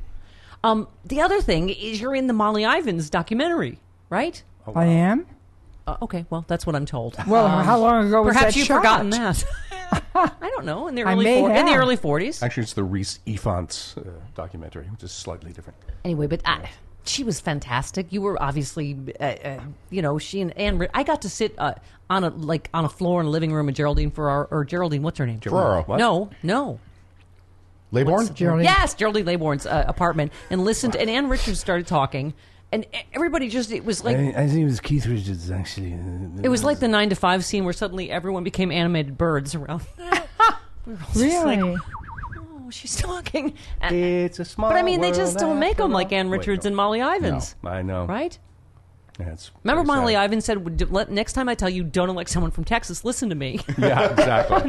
A: Um, the other thing is you're in the Molly Ivins documentary, right?
E: Oh.
D: I am.
A: Uh, okay, well that's what I'm told.
D: Well, how long ago was
A: Um, Perhaps
D: that
A: you've
D: shot?
A: forgotten that. I don't know. In the
D: I
A: early
D: may
A: four- in the
D: have.
A: early 40s.
E: Actually, it's the Reese Ephant's uh, documentary, which is slightly different.
A: anyway, but I, she was fantastic. You were obviously, uh, uh, you know, she and Anne. Ri- I got to sit uh, on a like on a floor in a living room with Geraldine Ferraro or Geraldine. What's her name?
B: Ferraro.
E: What?
A: No, no.
B: Laybourne?
D: Geraldine.
A: Yes, Geraldine Laybourne's uh, apartment, and listened. And Anne Richards started talking, and e- everybody just it was like
I: I think it was Keith Richards, actually.
A: it was like the nine to five scene where suddenly everyone became animated birds around.
D: Really?
A: oh, she's talking. And-
E: It's a small.
A: but I mean, they just
E: world
A: don't make them
E: after
A: like
E: all.
A: Anne
E: Wait,
A: Richards
E: no.
A: and Molly Ivins,
E: No, I know.
A: right?
E: Yeah, it's
A: Remember,
E: very
A: Molly
E: sad.
A: Ivan said, "Would- let- "Next time I tell you, don't elect someone from Texas. Listen to me."
E: Yeah, exactly.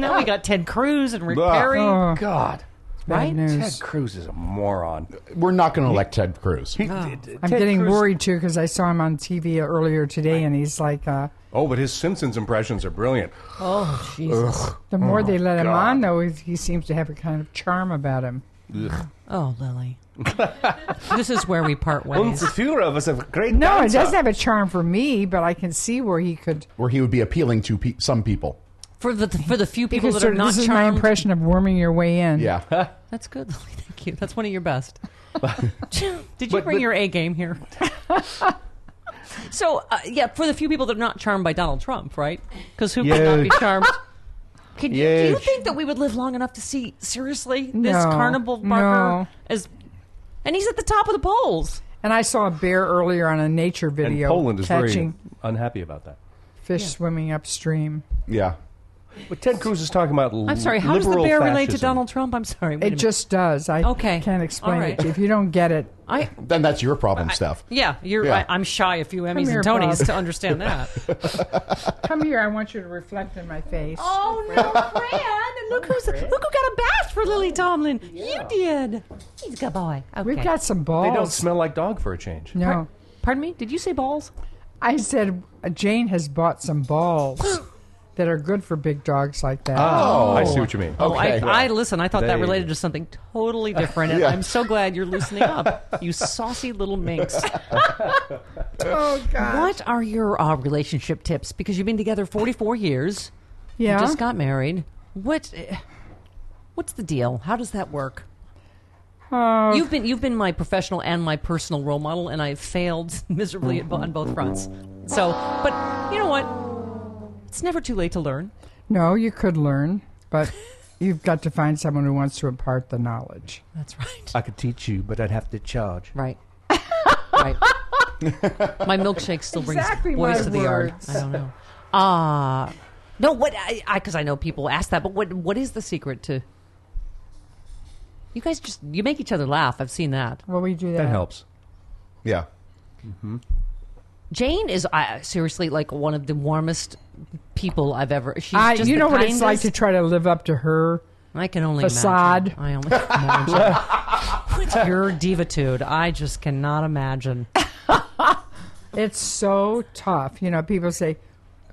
A: now we got Ted Cruz and Rick
E: Ugh.
A: Perry,
D: Oh,
E: God,
A: right?
D: bad news.
E: Ted Cruz is a moron.
B: We're not going to elect Ted Cruz.
D: I'm getting worried too because I saw him on TV earlier today, and he's like, uh,
E: Oh, but his Simpsons impressions are brilliant.
A: Oh, Jesus!
D: the
E: Oh,
D: more they let him on, though, he, he seems to have a kind of charm about him.
A: Oh, Lily. this is where we part ways.
I: Führer was a great
D: No, it doesn't have a charm for me, but I can see where he could.
B: Where he would be appealing to pe- some people.
A: For the for the few people
D: Because
A: that are
D: sort of,
A: not
D: this is my
A: charmed,
D: impression of worming your way in.
B: Yeah.
A: that's good, Lily. Thank you. That's one of your best. Did you
E: but-
A: bring
E: but-
A: your A game here? so, uh, yeah, for the few people that are not charmed by Donald Trump, right? Because who could not be charmed? Could you, do you
I: Huge.
A: think that we would live long enough to see seriously this
D: No,
A: carnival barker
D: no.
A: as? And he's at the top of the polls.
D: And I saw a bear earlier on a nature
E: And
D: video
E: Poland is
D: catching
E: very unhappy about that.
D: fish swimming upstream.
B: yeah.
E: But Ted Cruz is talking about.
A: I'm sorry. How does the bear relate to Donald Trump? I'm sorry. wait a
D: It
A: minute.
D: just does. I
A: Okay.
D: can't explain
A: All right.
D: it. to you. If you don't get it,
A: I
B: Then that's your problem, Steph.
A: yeah. You're.
B: Yeah.
A: I, I'm shy a few Emmys
D: here,
A: and Tonys
D: Bob.
A: to understand that.
D: come here. I want you to reflect in my face.
A: oh no, Fran! Look who's look who got a bath for Lily Tomlin. You did. He's a good boy. Okay.
D: We've got some balls.
E: They don't smell like dog for a change.
D: no.
A: Pardon me. Did you say balls?
D: I said uh, Jane has bought some balls that are good for big dogs like that.
E: Oh, I see what you mean.
A: Oh, I,
B: Okay.
A: I listen. I thought that
E: They-
A: related to something totally different, and
B: Yeah.
A: I'm so glad you're loosening up, you saucy little minx.
D: Oh, God.
A: What are your uh, relationship tips? Because you've been together 44 years. You
D: Yeah.
A: just got married. What? eh, What's the deal? How does that work? you've been you've been my professional and my personal role model, and I've failed miserably at, bo- on both fronts. So, but you know what? It's never too late to learn.
D: no, you could learn, but you've got to find someone who wants to impart the knowledge.
A: That's right.
I: I could teach you, but I'd have to charge.
A: Right. right. My milkshake still brings
D: Exactly
A: boys
D: my
A: to the yard.
D: words.
A: I don't know. Ah, no. What? I because I, know people ask that, but what? What is the secret to? You guys just you make each other laugh. I've seen that.
D: Well, we do that.
E: That helps.
B: Yeah.
A: Jane is I seriously like one of the warmest people I've ever. She's
D: I,
A: just
D: you
A: the
D: know what it's like
A: kindest-
D: to try to live up to her.
A: I can only
D: Facade.
A: Imagine. I only imagine. With your divitude, I just cannot imagine.
D: It's so tough. You know, people say,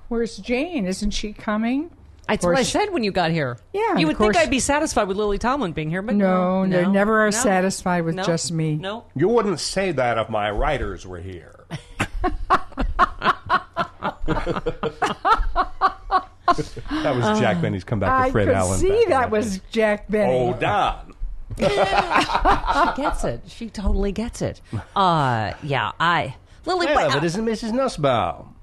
D: "Where's Jane? Isn't she coming?"
A: That's what I
D: course-
A: said when you got here.
D: Yeah, and
A: you
D: of
A: would think
D: course-
A: I'd be satisfied with Lily Tomlin being here, but
D: No, they never are
A: no,
D: satisfied with
A: no,
D: just me.
A: No,
E: You wouldn't say that if my writers were here. that was Jack Benny's comeback
D: I
E: to Fred
D: could
E: Allen.
D: see
E: back in
D: that
E: the
D: was
E: day.
D: Jack Benny.
E: Oh, Don.
A: she gets it. She totally gets it. Uh, yeah, I Lily,
I: Well,
A: but,
I: but isn't Mrs. Nussbaum?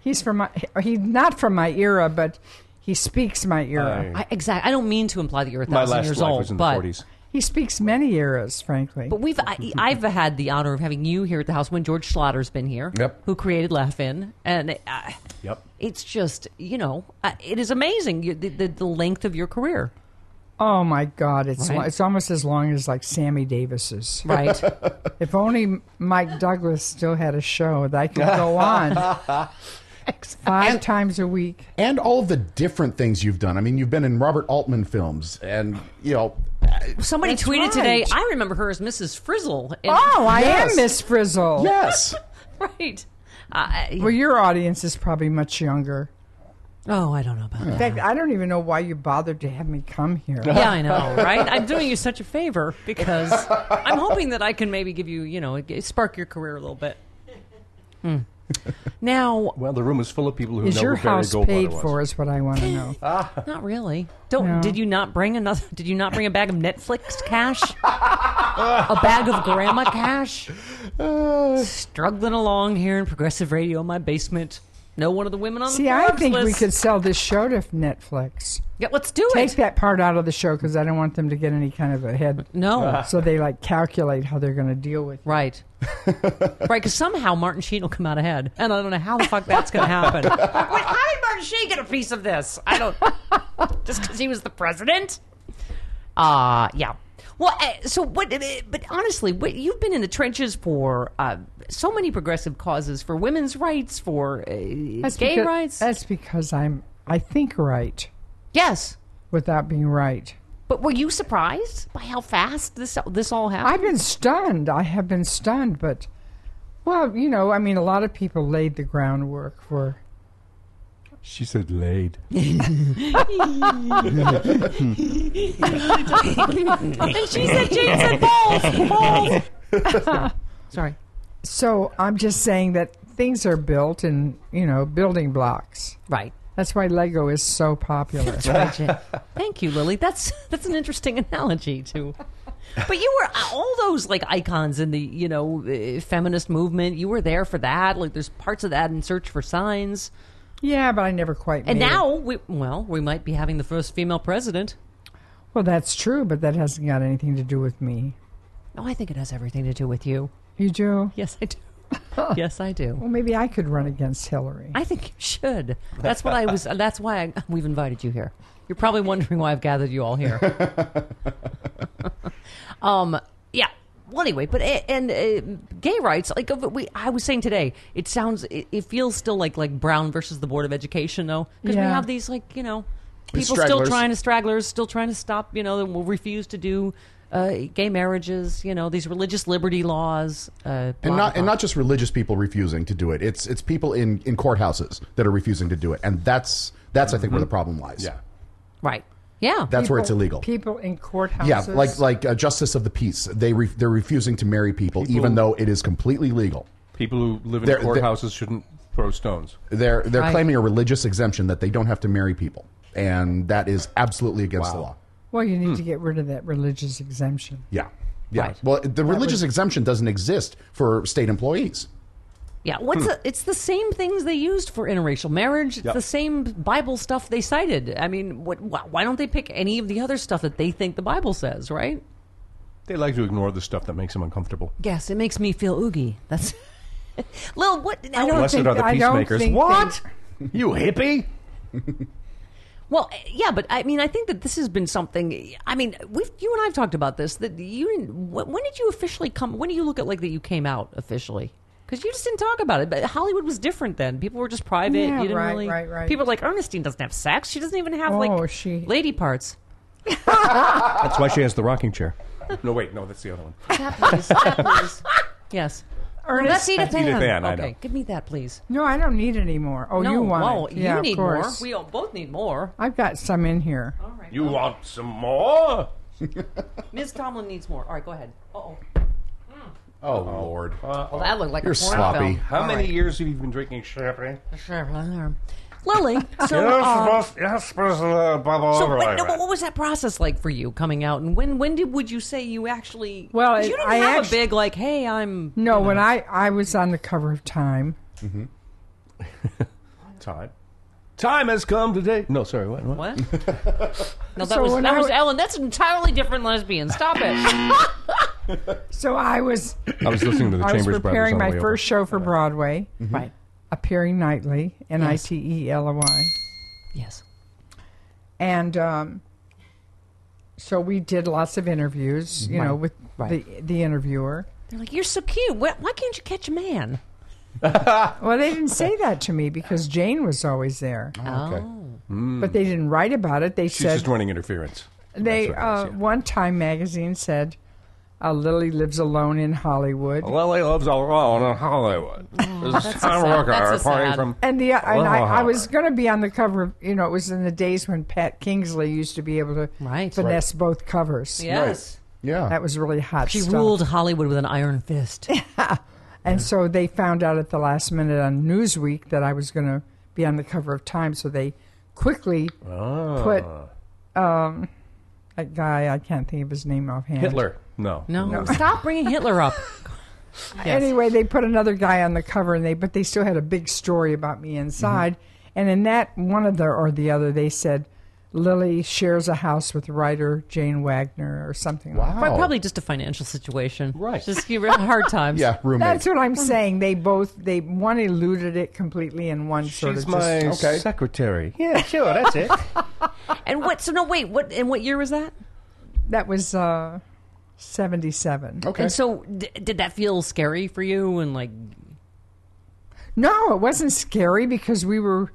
D: He's from my. He's not from my era, but he speaks my era.
A: I, exactly. I don't mean to imply that you're a
E: My
A: thousand
E: last
A: years
E: life
A: old,
E: was in
A: but
E: the 40s.
D: He speaks many eras, frankly.
A: But we've I, I've had the honor of having you here at the house when George Schlatter's been here,
B: Yep.
A: who created Laugh-In, and uh,
E: Yep.
A: it's just you know uh, it is amazing you, the, the the length of your career,
D: oh my God, it's
A: Right.
D: lo- it's almost as long as like Sammy Davis's.
A: right?
D: If only Mike Douglas still had a show that I could go on. Five times a week.
B: and all of the different things you've done. I mean, you've been in Robert Altman films, and you know,
A: Somebody
D: That's
A: tweeted today.
D: right.
A: I remember her as Mrs. Frizzle. And-
D: Oh, I
B: Yes.
D: am Miss Frizzle.
B: yes,
A: right. Uh, I
D: Well, your audience is probably much younger.
A: oh, I don't know about that.
D: In fact, I don't even know why you bothered to have me come here.
A: Yeah, I know, right? I'm doing you such a favor because I'm hoping that I can maybe give you, you know, g- spark your career a little bit. Hmm. Now,
E: Well, the room is full of people who
D: Is
E: know
D: your
E: who Barry
D: house
E: Goldwater
D: paid
E: was.
D: for? Is what I want to know.
A: not really. Don't.
D: No.
A: Did you not bring another? Did you not bring a bag of Netflix cash? a bag of grandma cash? Struggling along here in progressive radio in my basement. Know one of the women on the
D: See, I
A: Forbes
D: think we
A: list.
D: could sell this show to Netflix.
A: Yeah, let's do
D: Take
A: it.
D: that part out of the show because I don't want them to get any kind of a head. Uh,
A: No,
D: So they like calculate how they're going to deal with. it.
A: Right. right, because somehow Martin Sheen will come out ahead. And I don't know how the fuck that's going to happen. Wait, how did Martin Sheen get a piece of this? I don't. Just because he was the president? Uh, yeah. Well, uh, so what? But honestly, what, you've been in the trenches for uh, so many progressive causes, for women's rights, for uh, gay
D: because,
A: rights.
D: That's because I'm I think right
A: yes,
D: without being right.
A: but were you surprised by how fast this this all happened?
D: I've been stunned. I have been stunned, but well, you know, I mean, a lot of people laid the groundwork for.
I: She said laid.
A: she said, Jane said balls, balls. Sorry.
D: So I'm just saying that things are built in you know building blocks.
A: Right.
D: That's why Lego is so popular.
A: Thank you, Lily. That's that's an interesting analogy too. But you were uh, all those like icons in the you know eh, feminist movement. You were there for that. Like there's parts of that in Search for Signs.
D: yeah, but I never quite.
A: And
D: made it.
A: now we well we might be having the first female president.
D: well, that's true, but that hasn't got anything to do with me.
A: No, Oh, I think it has everything to do with you.
D: You do?
A: Yes, I do. yes, I do.
D: Well, maybe I could run against Hillary.
A: I think you should. That's what I was. That's why I, we've invited you here. You're probably wondering why I've gathered you all here. um. Yeah. Well, anyway, but eh, and uh, gay rights, like of- we, I was saying today, it sounds, it, it feels still like like Brown versus the Board of Education, though, because we
D: Yeah.
A: have these like you know
B: These
A: people still
B: stragglers.
A: trying to stragglers, still trying to stop, you know, that will refuse to do uh, gay marriages, you know, these religious liberty laws, uh, blah,
B: and not
A: blah,
B: and
A: blah.
B: not just religious people refusing to do it. It's it's people in in courthouses that are refusing to do it, and that's that's I think where the problem lies.
E: Yeah.
A: right, yeah,
B: that's where it's
D: People-
B: illegal.
D: People in courthouses.
B: yeah, like like uh, justice of the peace. They re- they're refusing to marry people, even though it is completely legal.
E: People who live in
B: They're- they're-
E: courthouses shouldn't throw stones.
B: They're they're
A: Right.
B: claiming a religious exemption that they don't have to marry people, and that is absolutely against the law.
D: well, you need to get rid of that religious exemption.
B: Yeah, yeah.
A: Right.
B: Well, the religious exemption doesn't exist for state employees.
A: Yeah, what's the, it's the same things they used for interracial marriage. It's
E: Yep.
A: the same Bible stuff they cited. I mean, what, wh- why don't they pick any of the other stuff that they think the Bible says? Right?
E: They like to ignore the stuff that makes them uncomfortable.
A: Yes, it makes me feel oogie. That's Lil. What? now-
D: don't
E: Blessed
D: think-
E: are the
D: I don't
E: peacemakers.
D: think
E: What?
I: You hippie?
A: Well, eh, yeah, but I mean, I think that this has been something. I mean, we've you and I've talked about this. That you didn't. wh- When did you officially come? When do you look at like that you came out officially? Because you just didn't talk about it. But Hollywood was different then. People were just private.
D: Yeah,
A: you didn't
D: right,
A: really.
D: right, right.
A: People were like Ernestine doesn't have sex. She doesn't even have
D: Oh,
A: like
D: she-
A: lady parts.
E: That's why she has the rocking chair. No, wait, no, that's the other one.
A: Yes.
D: Ernest,
A: Edith
E: Edith Ann, I
A: okay,
E: know.
A: give me that, please.
D: no, I don't need any more. Oh,
A: no,
D: you want
A: whoa,
D: it? Yeah,
A: you
D: of
A: need more.
D: course.
A: We all both need more.
D: I've got some in here.
E: You want some more?
A: Ms. Tomlin needs more. All right, go ahead. Oh,
B: Oh Lord,
A: well, that looked like
B: you're
A: a porn
B: sloppy.
E: How many years have you been drinking champagne?
A: Uh, film. Lily, so, uh,
I: Yes, yes, Baba.
A: so what, no, but what was that process like for you coming out, and when when did would you say you actually?
D: Well,
A: 'cause
D: it-
A: you didn't
D: I
A: have
D: actu-
A: a big like, hey, I'm
D: No, when I I was on the cover of Time.
E: Time.
I: Time has come today. No, sorry, what? what?
A: what? no, that
D: So
A: was
D: when
A: that
D: I
A: was
D: w-
A: Ellen. That's an entirely different lesbian. Stop it.
D: So I was
E: I was listening to the
D: I was
E: Chambers Brothers.
D: preparing
E: on the
D: my
E: way over.
D: first show for Broadway,
A: right.
D: appearing nightly, N I T E L O Y,
A: Yes.
D: and um, so we did lots of interviews. You know, with the the interviewer.
A: They're like, you're so cute. Why, why can't you catch a man?
D: Well, they didn't say that to me because Jane was always there, Oh.
B: Okay.
D: but they didn't write about it. They
E: Oh, Hmm. She's
D: said
E: just running interference.
D: they
E: That's what it is,
D: uh,
E: yeah.
D: one time magazine said uh, Lily lives alone in Hollywood,
E: Lily lives alone in Hollywood. This is Tom
A: sad-
E: Rooker
A: Mm, that's a
E: reporting
A: sad-
E: from.
D: and the and I, I
E: Wow.
D: was going to be on the cover. of, You know, it was in the days when Pat Kingsley used to be able to
A: Right.
D: finesse both covers.
A: Yes.
B: Yeah.
D: That was really hot.
A: She
D: stuff.
A: ruled Hollywood with an iron fist.
D: And so they found out at the last minute on Newsweek that I was going to be on the cover of Time. So they quickly
E: Oh,
D: put um, a guy, I can't think of his name offhand.
E: Hitler. No.
A: No, stop bringing Hitler up. Yes.
D: Anyway, they put another guy on the cover, and they but they still had a big story about me inside. And in that one of the or the other, they said Lily shares a house with writer Jane Wagner or something. like
B: Wow.
A: Pro- Probably just a financial situation.
E: Right.
A: Just give her hard times.
B: Yeah, roommate.
D: That's what I'm saying. They both they one eluded it completely, and one sort of
I: She's
D: just
I: my
B: Okay.
I: secretary. Yeah, sure, that's it.
A: And what? So no, wait. What? And what year was that?
D: That was uh, 77.
B: okay.
A: And so, d- did that feel scary for you? And like,
D: No, it wasn't scary because we were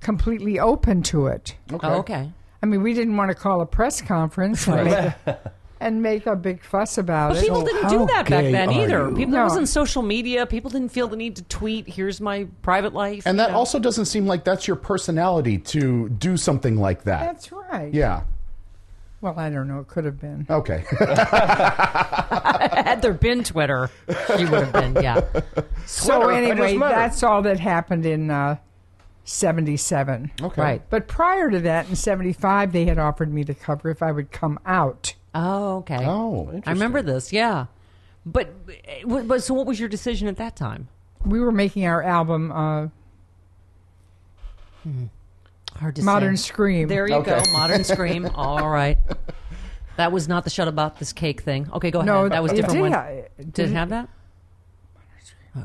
D: completely open to it.
B: okay.
A: oh, okay.
D: I mean, we didn't want to call a press conference and, make, a, and make a big fuss about
A: But
D: it.
A: people didn't do
I: how
A: that back
I: gay
A: then
I: are
A: either.
I: you?
A: People, there
D: No.
A: wasn't social media. People didn't feel the need to tweet. Here's my private life.
B: And
A: you
B: that
A: know.
B: also doesn't seem like that's your personality to do something like that.
D: That's right.
B: yeah.
D: Well, I don't know. It could have been.
B: Okay.
A: had there been Twitter, she would have been. Yeah.
D: So
I: Twitter, I just
D: anyway,
I: met her.
D: that's all that happened in uh, 77.
B: okay.
A: Right.
D: But prior to that, in 75, they had offered me to cover if I would come out.
A: Oh, okay.
B: Oh.
A: I remember this. Yeah. But, but but- so what was your decision at that time?
D: We were making our album, uh,
A: Hard to
D: Modern
A: say.
D: Scream.
A: There you
B: Okay.
A: go. Modern Scream. All right. That was not the shut about this cake thing. Okay, go
D: No,
A: ahead. That was
D: it
A: a different.
D: did.
A: one.
D: I-
A: Did,
D: did
A: it
D: it-
A: have that?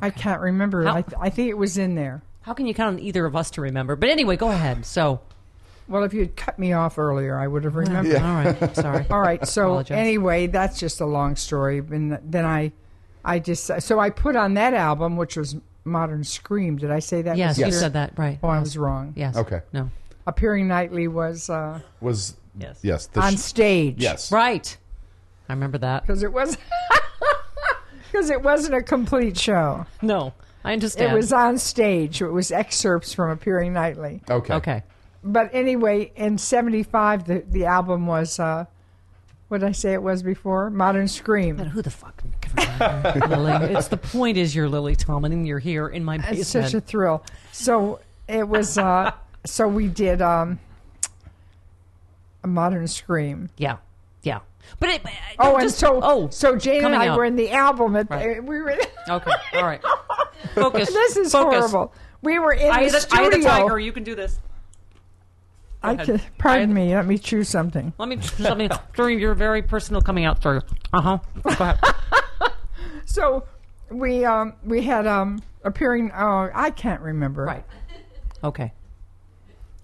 D: I can't remember.
A: How-
D: I, th- I think it was in there.
A: How can you count on either of us to remember? But anyway, go ahead. So,
D: Well, if you had cut me off earlier, I would have remembered.
A: all right. I'm sorry.
D: All right. So
A: Apologize.
D: anyway, that's just a long story. And then I, I just so I put on that album, which was Modern Scream. Did I say that?
A: Yes,
D: was
A: you
D: here?
A: said that right.
D: Oh, I was wrong.
A: Yes.
B: Okay.
A: No.
D: Appearing nightly was uh,
B: Was
A: Yes.
B: yes. The
D: on
B: sh-
D: stage.
B: yes.
A: Right. I remember that.
D: Because it was. Because it wasn't a complete show.
A: No, I understand.
D: It was uh, on stage. It was excerpts from Appearing Nightly.
B: Okay.
A: okay.
D: But anyway, in 75, the, the album was, uh, what did I say it was before? Modern Scream.
A: But who the fuck? Lily. It's the point is you're Lily Tomlin and you're here in my basement.
D: It's such a thrill. So it was. Uh, so we did um, a modern scream.
A: yeah. Yeah. But it,
D: Oh,
A: just-
D: and so
A: oh,
D: so Jane and
A: coming
D: I
A: out.
D: were in the album. At
A: Right.
D: we were.
A: Okay. All right. Focus.
D: this is
A: Focus.
D: horrible. We were in
A: I
D: the
A: had, a, I had a
D: studio.
A: tiger. You can do this.
D: I
A: ahead.
D: can, pardon me. Let me chew something.
A: Let me, let me during your very personal coming out story. Uh huh. Go ahead.
D: So we um, we had um, appearing. Oh, I can't remember.
A: Right. Oh. Okay.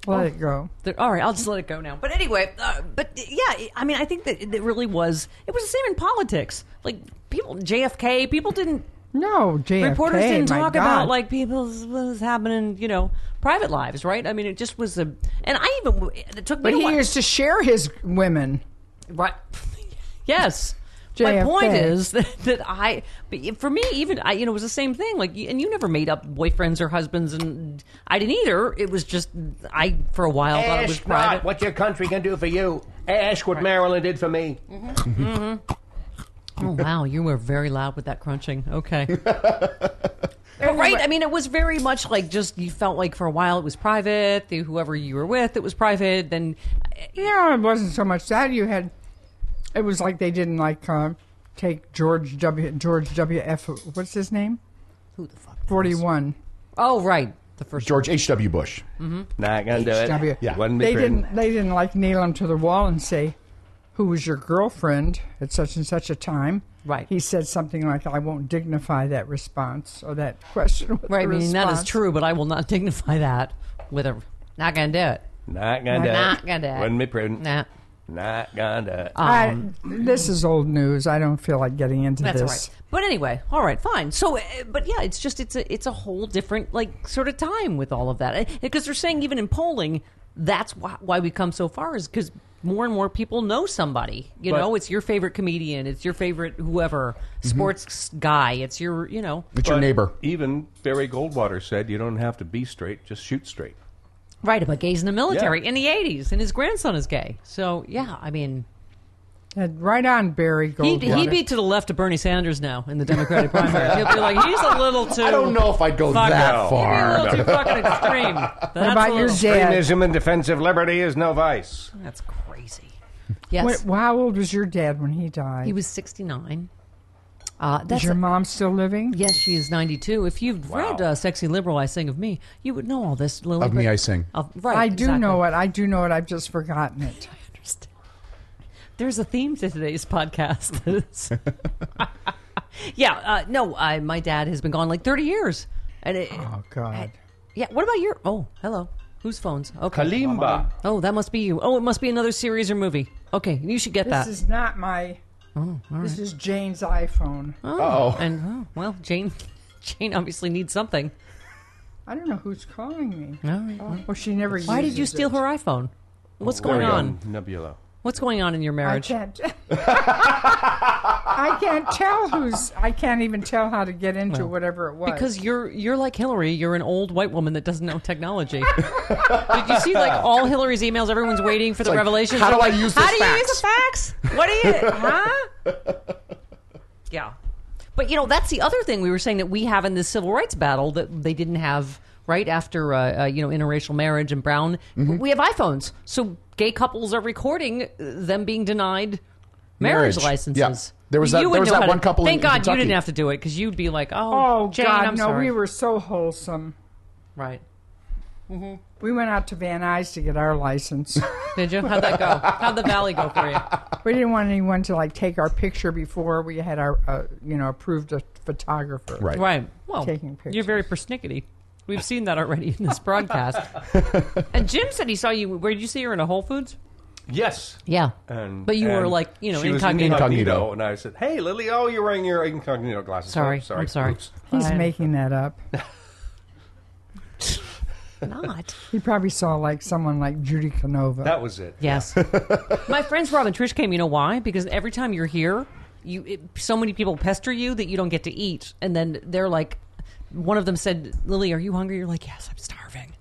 D: Let it go.
A: There- all right, I'll just let it go now. But anyway, uh, but yeah, I mean, I think that it really was. It was the same in politics. Like people, JFK, people didn't.
D: No, JFK.
A: reporters didn't
D: my
A: talk
D: God.
A: about like people's what was happening, you know, private lives, right? I mean, it just was a. And I even it took me.
D: But
A: a
D: he
A: while-
D: used to share his women.
A: Right. yes. My
D: JFK.
A: point is that, that I, but for me, even I, you know, it was the same thing. Like, you- and you never made up boyfriends or husbands, and I didn't either. It was just I for a while thought it was
I: Ask
A: private.
I: not what your country can do for you. Ask what Maryland did for me.
A: Oh wow, you were very loud with that crunching. Okay. But right, I mean, it was very much like just you felt like for a while it was private. The, whoever you were with, it was private. Then
D: Yeah, it wasn't so much that you had. It was like they didn't like uh, take George W. George W. F. What's his name?
A: who the fuck?
D: Forty one.
A: Oh right, the first
B: George H. W. Bush.
I: Not gonna do it.
D: W.
B: Yeah.
I: Wouldn't be
D: They
I: pretty.
D: didn't. They didn't like nail him to the wall and say, "Who was your girlfriend at such and such a time?"
A: Right.
D: He said something like, "I won't dignify that response or that question." With
A: Right,
D: a
A: I mean that is
D: response."
A: true, but I will not dignify that with a not gonna do it.
I: Not gonna do it.
A: Not gonna do it. Uh.
I: Wouldn't be prudent.
A: Nah.
I: Not gonna.
D: I, this is old news. I don't feel like getting into
A: Um, That's all
D: this.
A: right. But anyway, all right, fine. So, uh, but yeah, it's just it's a it's a whole different like sort of time with all of that because they're saying even in polling, that's why, why we come so far is because more and more people know somebody. You
E: But-
A: know, it's your favorite comedian, it's your favorite whoever sports guy, it's your you know
B: It's your
E: But
B: neighbor.
E: Even Barry Goldwater said you don't have to be straight, just shoot straight.
A: right about gays in the military
E: Yeah.
A: in the '80s, and his grandson is gay. So yeah, I mean.
D: And Uh, right on, Barry
A: He,
D: Goldwater.
A: he'd be to the left of Bernie Sanders now in the Democratic primary. He'll be like, he's a little too.
B: I don't know if I'd go
A: fuck
B: that
A: no.
B: far.
A: He'd be a little too fucking extreme. That's
D: what
A: a
D: about your
A: little-
D: dad?
I: Extremism in defense of liberty is no vice.
A: That's crazy. Yes,
D: Wait, well, how old was your dad when he died?
A: he was 69. Uh,
D: is
A: that's
D: your mom still living?
A: yes, she is 92. If you've read uh, "Sexy Liberal," I sing of me, you would know all this. Lily,
B: Of
A: but-
B: me, I sing.
A: Of, right,
D: I do
A: exactly.
D: know it. I do know it. I've just forgotten it.
A: There's a theme to today's podcast. yeah, uh, no, I, my dad has been gone like 30 years, and it,
D: Oh God.
A: yeah. What about your? Oh, hello. Whose phones? Okay.
E: Kalimba.
A: Oh, that must be you. Oh, it must be another series or movie. Okay, you should get
D: This
A: that. Oh,
D: is not my. This is Jane's iPhone.
B: Oh,
A: and oh, well, Jane, Jane obviously needs something.
D: I don't know who's calling me.
A: All right.
D: Well, she never.
A: Why did you steal her iPhone? What's going
E: Orion
A: on?
E: Nebula.
A: What's going on in your
D: I
A: marriage?
D: can't. I can't tell who's. I can't even tell how to get into whatever it was.
A: Because you're you're like Hillary. You're an old white woman that doesn't know technology. Did you see like all Hillary's emails? Everyone's waiting for the
B: like,
A: revelations.
B: how do
A: They're
B: I
A: like,
B: use
A: How
B: this
A: do you
B: fax?"
A: use a fax? What do you? huh? Yeah, but you know that's the other thing we were saying that we have in this civil rights battle that they didn't have right after uh, uh, you know interracial marriage and Brown.
B: Mm-hmm.
A: We have iPhones, so gay couples are recording uh, them being denied. Marriage,
B: Marriage. Yeah.
A: licenses.
B: There was that-
A: You would
B: there was
A: know
B: that
A: how to-
B: one couple in-
A: Thank
B: in
A: God you
B: Kentucky.
A: didn't have to do it because you'd be like, "Oh,
D: oh
A: Jane,
D: God,
A: I'm
D: no,
A: sorry.
D: we were so wholesome.
A: Right.
D: We went out to Van Nuys to get our license.
A: Did you? How'd that go? How'd the valley go for you?
D: we didn't want anyone to like take our picture before we had our, uh, you know, approved a photographer.
B: right.
A: Right. Well,
D: Taking
A: you're very persnickety. We've seen that already in this broadcast. and Jim said he saw you. Where did you see her in a Whole Foods?
E: Yes.
A: Yeah.
E: And,
A: but you were
E: and
A: like, you know,
E: she was
A: incognito.
B: Incognito.
E: And I said, hey, Lily, oh, you're wearing your incognito glasses.
A: Sorry.
E: Oh, sorry.
A: I'm sorry.
E: Oops.
D: He's
A: Fine.
D: making that up.
A: Not.
D: He probably saw like someone like Judy Canova.
E: That was it.
A: Yes. My friends Rob and Trish came. You know why? Because every time you're here, you it, so many people pester you that you don't get to eat, and then they're like, one of them said, "Lily, are you hungry?" You're like, "Yes, I'm starving."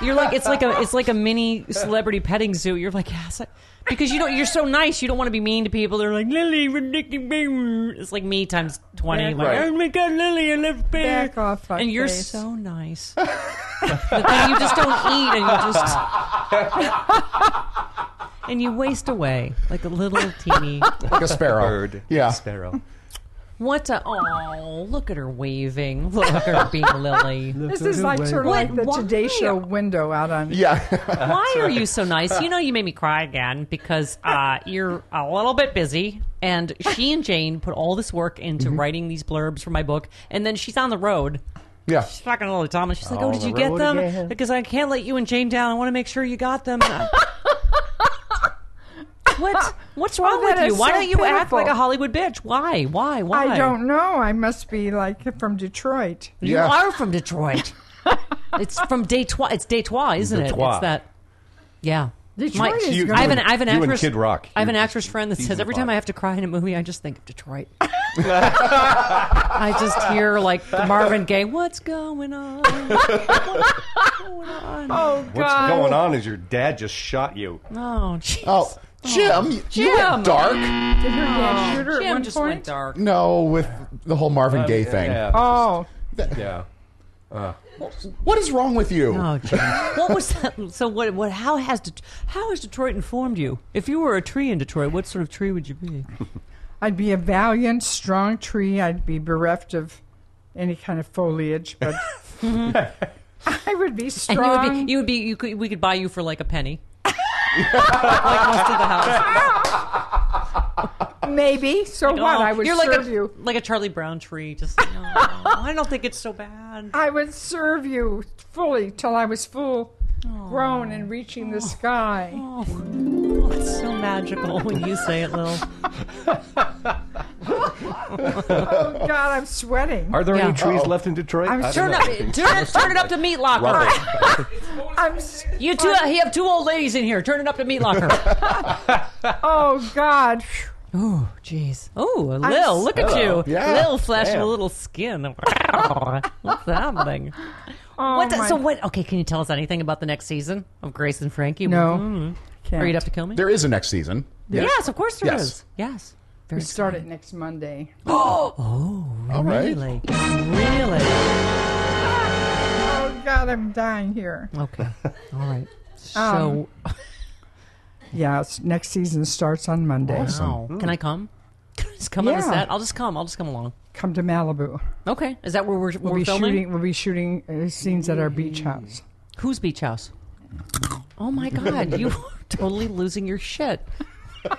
A: you're like, it's like a it's like a mini celebrity petting zoo. You're like, "Yes," I-" because you don't. You're so nice. You don't want to be mean to people. They're like, "Lily, ridiculous." It's like me times twenty. Like,
E: Right.
A: oh my god, Lily, I love bear.
D: Back off, fuckface.
A: And you're so nice. but then you just don't eat and you just. and you waste away like a little teeny.
B: Like a sparrow.
E: Bird.
B: Yeah.
E: Sparrow.
A: what a. Oh, look at her waving. Look at her being Lily.
D: This is like sort of
A: What?
D: like the
A: Why?
D: Today Show window out on.
B: Yeah.
A: Why are you so nice? You know, you made me cry again because uh, you're a little bit busy. And she and Jane put all this work into
D: Mm-hmm.
A: writing these blurbs for my book. And then she's on the road.
B: yeah.
A: She's talking all the time. And she's like, oh, did you get
I: road
A: them?
I: again.
A: Because I can't let you and Jane down. I want to make sure you got them. what? What's wrong
D: Oh, that
A: with you?
D: is
A: Why
D: so
A: don't you act
D: pitiful.
A: like a Hollywood bitch? Why? Why? Why?
D: I don't know. I must be like from Detroit.
A: You
B: Yeah.
A: are from Detroit. it's from Detroit. It's Detroit, isn't it?
E: Detroit.
A: It's that. Yeah.
D: Detroit is You- good.
A: I have an I have an
E: you and
A: actress.
E: Kid Rock.
A: I have an
E: You-
A: actress friend that
E: he's
A: says
E: the
A: every time
E: vibe.
A: I have to cry in a movie, I just think of Detroit. I just hear like the Marvin Gaye, "What's going on?"
D: Oh,
E: What's going on is your dad just shot you.
A: Oh, jeez.
B: Oh, Jim, you- you
A: Jim.
B: went dark.
D: Did her dad shoot her at
A: Jim
D: one
A: just
D: point?
A: went dark.
B: No, with the whole Marvin Gaye thing.
E: Yeah.
D: Oh,
E: yeah.
B: What is wrong with you?
A: Oh, Jim. what was that? So what? What? How has Det- how has Detroit informed you? If you were a tree in Detroit, what sort of tree would you be?
D: I'd be a valiant, strong tree. I'd be bereft of any kind of foliage, but I would be
A: And
D: strong.
A: you would be, you would be, you could, we could buy you for like a penny. like most of the house.
D: Maybe. So what?
A: Oh,
D: I would
A: you're
D: serve
A: like a,
D: you.
A: like a Charlie Brown tree. Just oh, I don't think it's so bad.
D: I would serve you Oh. fully till I was full grown and reaching the sky.
A: Oh, It's so magical when you say it, Lil.
D: Oh, God, I'm sweating.
I: Are there
A: Yeah.
I: any
E: Oh.
I: trees left in Detroit?
D: I'm
I: I don't
D: sure
A: Turn
I: know.
A: up, turn, turn it up to Meat Locker.
I: Rubber.
D: I'm, s-
A: You two, you have two old ladies in here. Turn it up to Meat Locker.
D: oh, God.
A: Oh, jeez. Oh, Lil, look at you.
B: Yeah.
A: Lil flashing a
B: Damn.
A: little skin. Wow. What's happening?
D: Oh,
A: what,
D: my-
A: so what? Okay, can you tell us anything about the next season of Grace and Frankie?
D: No.
A: Mm.
D: Can't.
A: Are you up to kill me?
B: There is a next season.
A: yes. of course there
B: Yes.
A: is. yes. Very
D: We start it next Monday.
B: All right.
A: Really? Really?
D: Oh, God, I'm dying here.
A: Okay. All right. So,
D: Um, Yeah, it's, next season starts on Monday.
A: wow. oh, can I come? Can I just come on the
D: Yeah.
A: set? I'll just come. I'll just come along.
D: Come to Malibu.
A: Okay. Is that where we're,
D: We'll
A: we're
D: be
A: filming?
D: shooting. We'll be shooting uh, scenes at our beach house.
A: Whose beach house? Oh my God! You are totally losing your shit.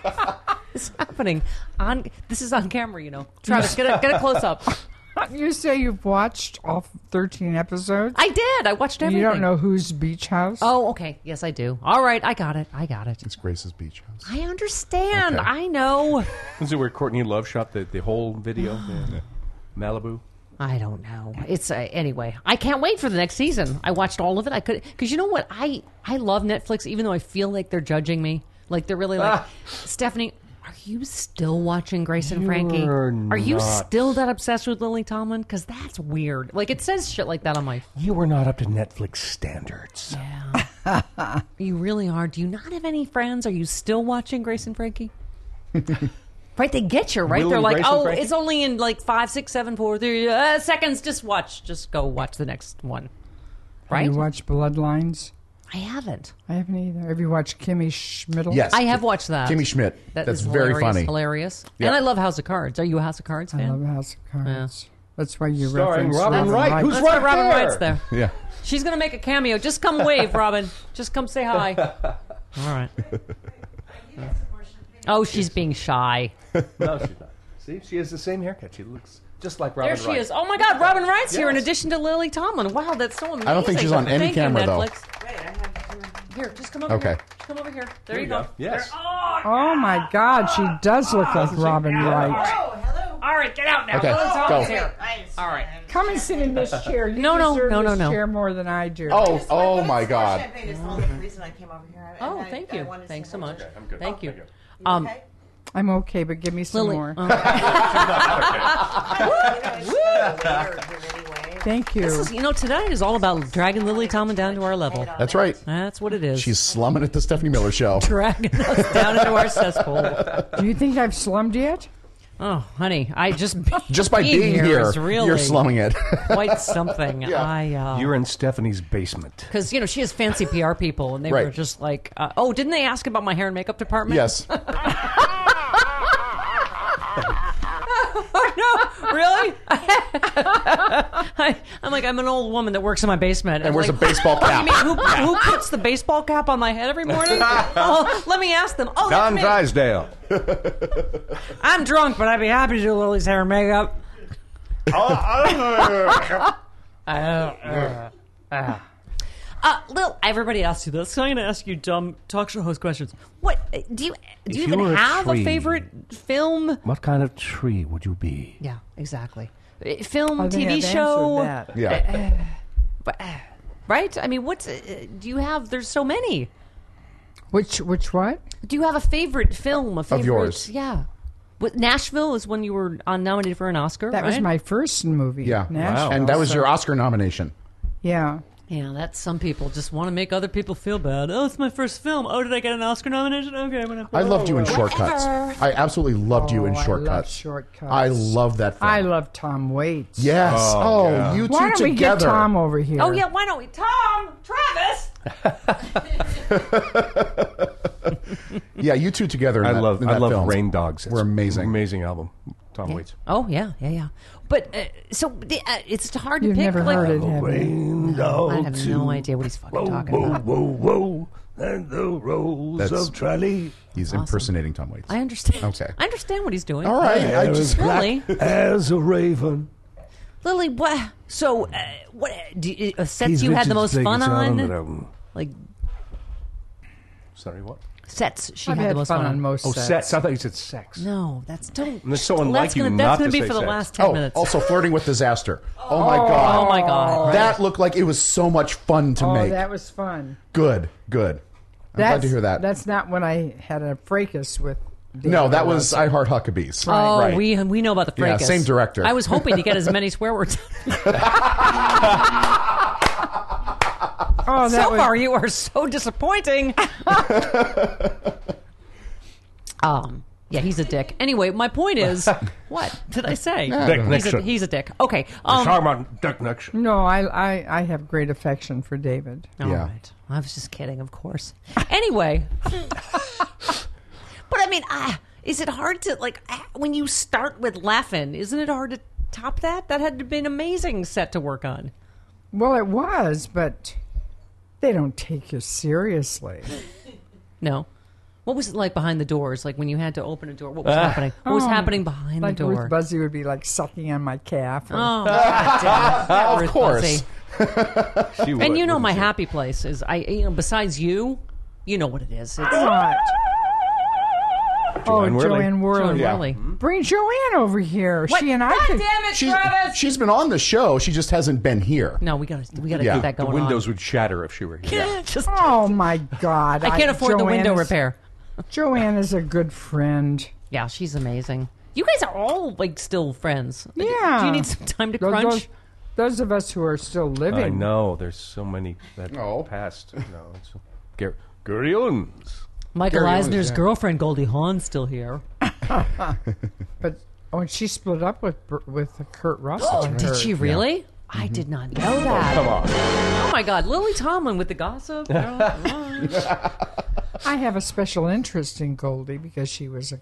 A: it's happening on. This is on camera, you know. Travis, get a get a close up.
D: You say you've watched all 13 episodes.
A: I did. I watched everything.
D: You don't know whose beach house?
A: Oh, okay. Yes, I do. All right, I got it. I got it.
B: It's Grace's Beach House.
A: I understand.
B: Okay.
A: I know.
E: Is it where Courtney Love shot the, the whole video? Yeah. Malibu?
A: I don't know. It's uh, anyway. I can't wait for the next season. I watched all of it. I could because you know what I I love Netflix. Even though I feel like they're judging me, like they're really like Stephanie. Are you still watching Grace and Frankie?
E: You're
A: Are you
E: not.
A: still that obsessed with Lily Tomlin? Because that's weird. Like it says shit like that on my.
I: You were not up to Netflix standards.
A: Yeah. you really are. Do you not have any friends? Are you still watching Grace and Frankie? right, they get you. Right,
E: Will
A: they're
E: and
A: like,
E: Grace and
A: oh,
E: Frankie?
A: it's only in like five, six, seven, four, three uh, seconds. Just watch. Just go watch the next one. Right?
D: You watch Bloodlines?
A: I haven't.
D: I haven't either. Have you watched Kimmy Schmiddle?
B: Yes.
A: I have watched that.
B: Kimmy Schmidt.
A: That
B: That's
A: is
B: very
A: hilarious,
B: funny.
A: Hilarious.
B: Yeah.
A: And I love House of Cards. Are you a House of Cards
D: I
A: fan?
D: love House of Cards. That's why you
E: Starring
D: referenced
E: Robin Wright, who's
A: That's
E: Right
A: why Robin
E: there.
A: Wright's there.
B: Yeah.
A: She's gonna make a cameo. Just come wave, Robin. Just come say hi. All right. Oh, she's being shy.
I: no, she's not. See, she has the same haircut. She looks just like Robin
A: There she
I: Wright.
A: is. Oh my God, Robin Wright's here in
I: Yes.
A: addition to Lily Tomlin. Wow, that's so amazing.
B: I don't think she's on any
A: Thank you,
B: camera, though.
A: Netflix. Here, just come over
B: Okay.
A: here. Just come over here. There, you go.
E: Yes.
D: Oh my God, she does look like Robin Wright.
A: All right, get out now.
B: Okay,
A: Lily Tomlin's
B: go.
A: here. All right.
D: Come and sit in this chair. You
A: No, no,
D: deserve
A: no, no,
D: this
A: no.
D: Chair more than I do.
B: Oh, oh my God.
A: Oh, thank you. Thanks so much.
E: I'm good.
A: Thank you.
E: I'm good.
A: Um,
D: I'm okay, but give me some
A: Lily.
D: more.
A: uh,
D: Thank you.
A: this is, you know, tonight is all about dragging Lily Tomlin down to our level.
B: That's right.
A: That's what it is.
B: She's slumming at the Stephanie Miller show.
A: dragging us down into our cesspool.
D: do you think I've slummed yet?
A: Oh, honey, I just
B: Just by being here,
A: is really
B: you're slumming it.
A: quite something. I uh,
I: You're in Stephanie's basement.
A: because you know she has fancy PR people, and they
B: Right.
A: were just like, uh, "Oh, didn't they ask about my hair and makeup department?"
B: yes.
A: no, really. I, I'm like, I'm an old woman that works in my basement,
B: And wears
A: like,
B: a baseball cap.
A: I mean, who, who puts the baseball cap on my head every morning? oh, let me ask them. Oh, that's
I: Don
A: me.
I: Drysdale.
A: I'm drunk, but I'd be happy to do Lily's hair and makeup. Uh, Lil, everybody asks you this, uh. so I'm going to ask you dumb talk show host questions. What uh, do you do? You
I: If you
A: even
I: were a
A: have a
I: tree-
A: favorite film?
I: What kind of tree would you be?
A: Yeah, exactly. Uh, Film,
D: I think
A: TV
D: I've
A: show,
D: answered that.
B: Yeah.
A: right? I mean, what's uh, do you have? There's so many.
D: Which which what?
A: Do you have a favorite film? A favorite,
B: yours.
A: Yeah. What, Nashville is when you were uh, nominated for an Oscar.
D: That was
A: right?
D: my first movie.
B: Yeah.
D: Nashville.
B: And that was your Oscar nomination.
D: Yeah.
A: Yeah, that's some people just want to make other people feel bad. Oh, it's my first film. Oh, did I get an Oscar nomination? Okay, I'm gonna.
B: I loved you in shortcuts. I absolutely loved you in
D: Oh, I love
B: shortcuts.
D: Shortcuts.
B: I love that film.
D: I love Tom Waits.
B: Yes. Oh, you two
D: Why don't we get
B: together.
D: Tom over here?
A: Oh yeah, why don't we? Tom, Travis.
B: yeah, you two together. In
E: I
B: that,
E: love
B: in
E: I
B: that
E: love
B: film.
E: Rain Dogs.
B: We're amazing.
E: Amazing album. Tom Waits.
A: Oh yeah, yeah, yeah. But uh, so the, uh, it's hard to
D: You've
A: pick.
D: never
A: like,
D: heard it, have you?
I: Rain dogs.
A: I have no idea what he's fucking talking about.
I: whoa, whoa, and the rolls
B: That's-
I: trolley.
B: He's impersonating Tom Waits.
A: I understand.
B: Okay.
A: I understand what he's doing.
B: All right. I
I: Aaron
B: just.
I: Black
A: Lily.
I: as a raven.
A: Lily, what? So, uh, what do, uh, sets
I: He's
A: you had the most
I: Richard's biggest
A: fun
I: album
A: on?
I: that I-
A: Like
E: Sorry, what?
A: Sets. She
D: I've
A: had, the
D: had
A: most
D: fun
A: fun
D: on most
E: Oh,
D: sets.
E: sex. I thought you said sex.
A: No, that's don't.
E: And it's so unlike
A: that's
E: you
A: gonna, That's
E: not to
A: gonna be
E: say
A: for the
E: sex.
A: last ten
B: Oh,
A: minutes.
B: also flirting with disaster. Oh, my god.
A: oh my god.
B: That looked like it was so much fun to
D: Oh,
B: make.
D: that was fun.
B: good, good. I'm glad to hear that.
D: That's not when I had a fracas with. David
B: no, that was
D: Russell.
B: I Heart Huckabees.
A: Oh,
B: right.
A: we we know about the
B: Yeah,
A: fracas.
B: same director.
A: I was hoping to get as many swear words.
D: Oh, that
A: so
D: was,
A: far, you are so disappointing. um. Yeah, he's a dick. Anyway, my point is, what did I say?
E: Dick
A: he's, a,
E: Nixon.
A: he's a dick. Okay.
E: We're
A: Um,
E: talking about Dick Nixon.
D: No, I, I, I have great affection for David.
A: all
B: Yeah.
A: right. I was just kidding, of course. Anyway, but I mean, ah, is it hard to like ah, when you start with laughing? Isn't it hard to top that? That had to be an amazing set to work on.
D: Well, it was, but they don't take you seriously.
A: No. What was it like behind the doors? Like when you had to open a door, what was happening? What
D: Oh.
A: was happening behind
D: Like
A: the door?
D: Ruth Buzzy would be like sucking on my calf. Or,
A: Oh, God damn it.
D: Oh,
A: That
B: of
A: Ruth
B: course.
A: Buzzy.
E: She would,
A: And you know
E: wouldn't
A: my
E: she?
A: happy place is I. You know, besides you, you know what it is. It's
D: What?
E: Joanne
D: oh,
E: Worley.
D: Joanne
A: Joan
D: Worley.
A: Worley.
D: Bring Joanne over here. She and I
A: God
D: could.
A: damn it,
B: She's,
A: Travis!
B: she's been on the show. She just hasn't been here.
A: No, we gotta we gotta
B: Yeah.
A: get that
E: The
A: going.
E: windows
A: on.
E: would shatter if she were here.
A: Just,
D: Oh my God!
A: I can't afford the
D: Joanne
A: window
D: is-
A: repair.
D: Joanne is a good friend.
A: Yeah, she's amazing. You guys are all like still friends.
D: Yeah.
A: Do you need some time to
D: Those,
A: crunch?
D: those, those of us who are still living.
E: I know. There's so many that
B: No.
E: passed. No, it's Gar- Gary Owens.
A: Michael
B: Gary Owens,
A: Eisner's
B: yeah.
A: girlfriend Goldie Hawn's still here.
D: But oh, and she split up with Br- with Kurt Russell.
A: Oh,
D: I
A: Did
D: heard.
A: she really? I did not know that.
E: Come on.
A: Oh my God, Lily Tomlin with the gossip.
D: I have a special interest in Goldie because she was a,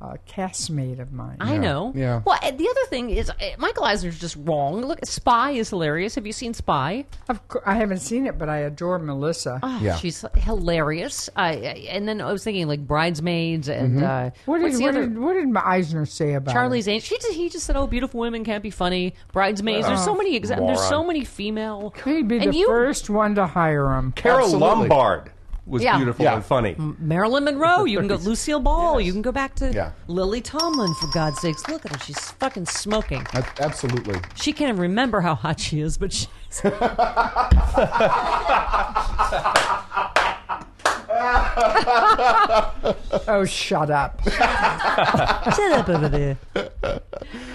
D: a castmate of mine.
A: I know.
B: yeah.
A: Well, and the other thing is uh, Michael Eisner's just wrong. Look, Spy is hilarious. Have you seen Spy?
D: Of cour- I haven't seen it, but I adore Melissa.
A: Oh,
B: Yeah.
A: She's hilarious. I I- and then I was thinking like Bridesmaids
E: Mm-hmm.
A: and uh,
D: what
A: what's
D: did
A: the
D: what,
A: other?
D: did what did Eisner say about
A: Charlie's Angels. She just, he just said, "Oh, beautiful women can't be funny." Bridesmaids. There's so many. Exa- there's so
E: Oh, moron.
A: many female.
D: It? He'd be
A: And
D: the
A: you-
D: first one to hire him.
E: Carol
B: Absolutely.
E: Lombard was
A: Yeah.
E: beautiful
B: Yeah.
E: and funny.
A: Marilyn Monroe. You can go Lucille Ball. You can go back to
B: Yeah.
A: Lily Tomlin for God's sakes. Look at her. She's fucking smoking.
B: A- absolutely.
A: She can't even remember how hot she is, but she's.
D: Oh, shut up!
A: Shut up over there.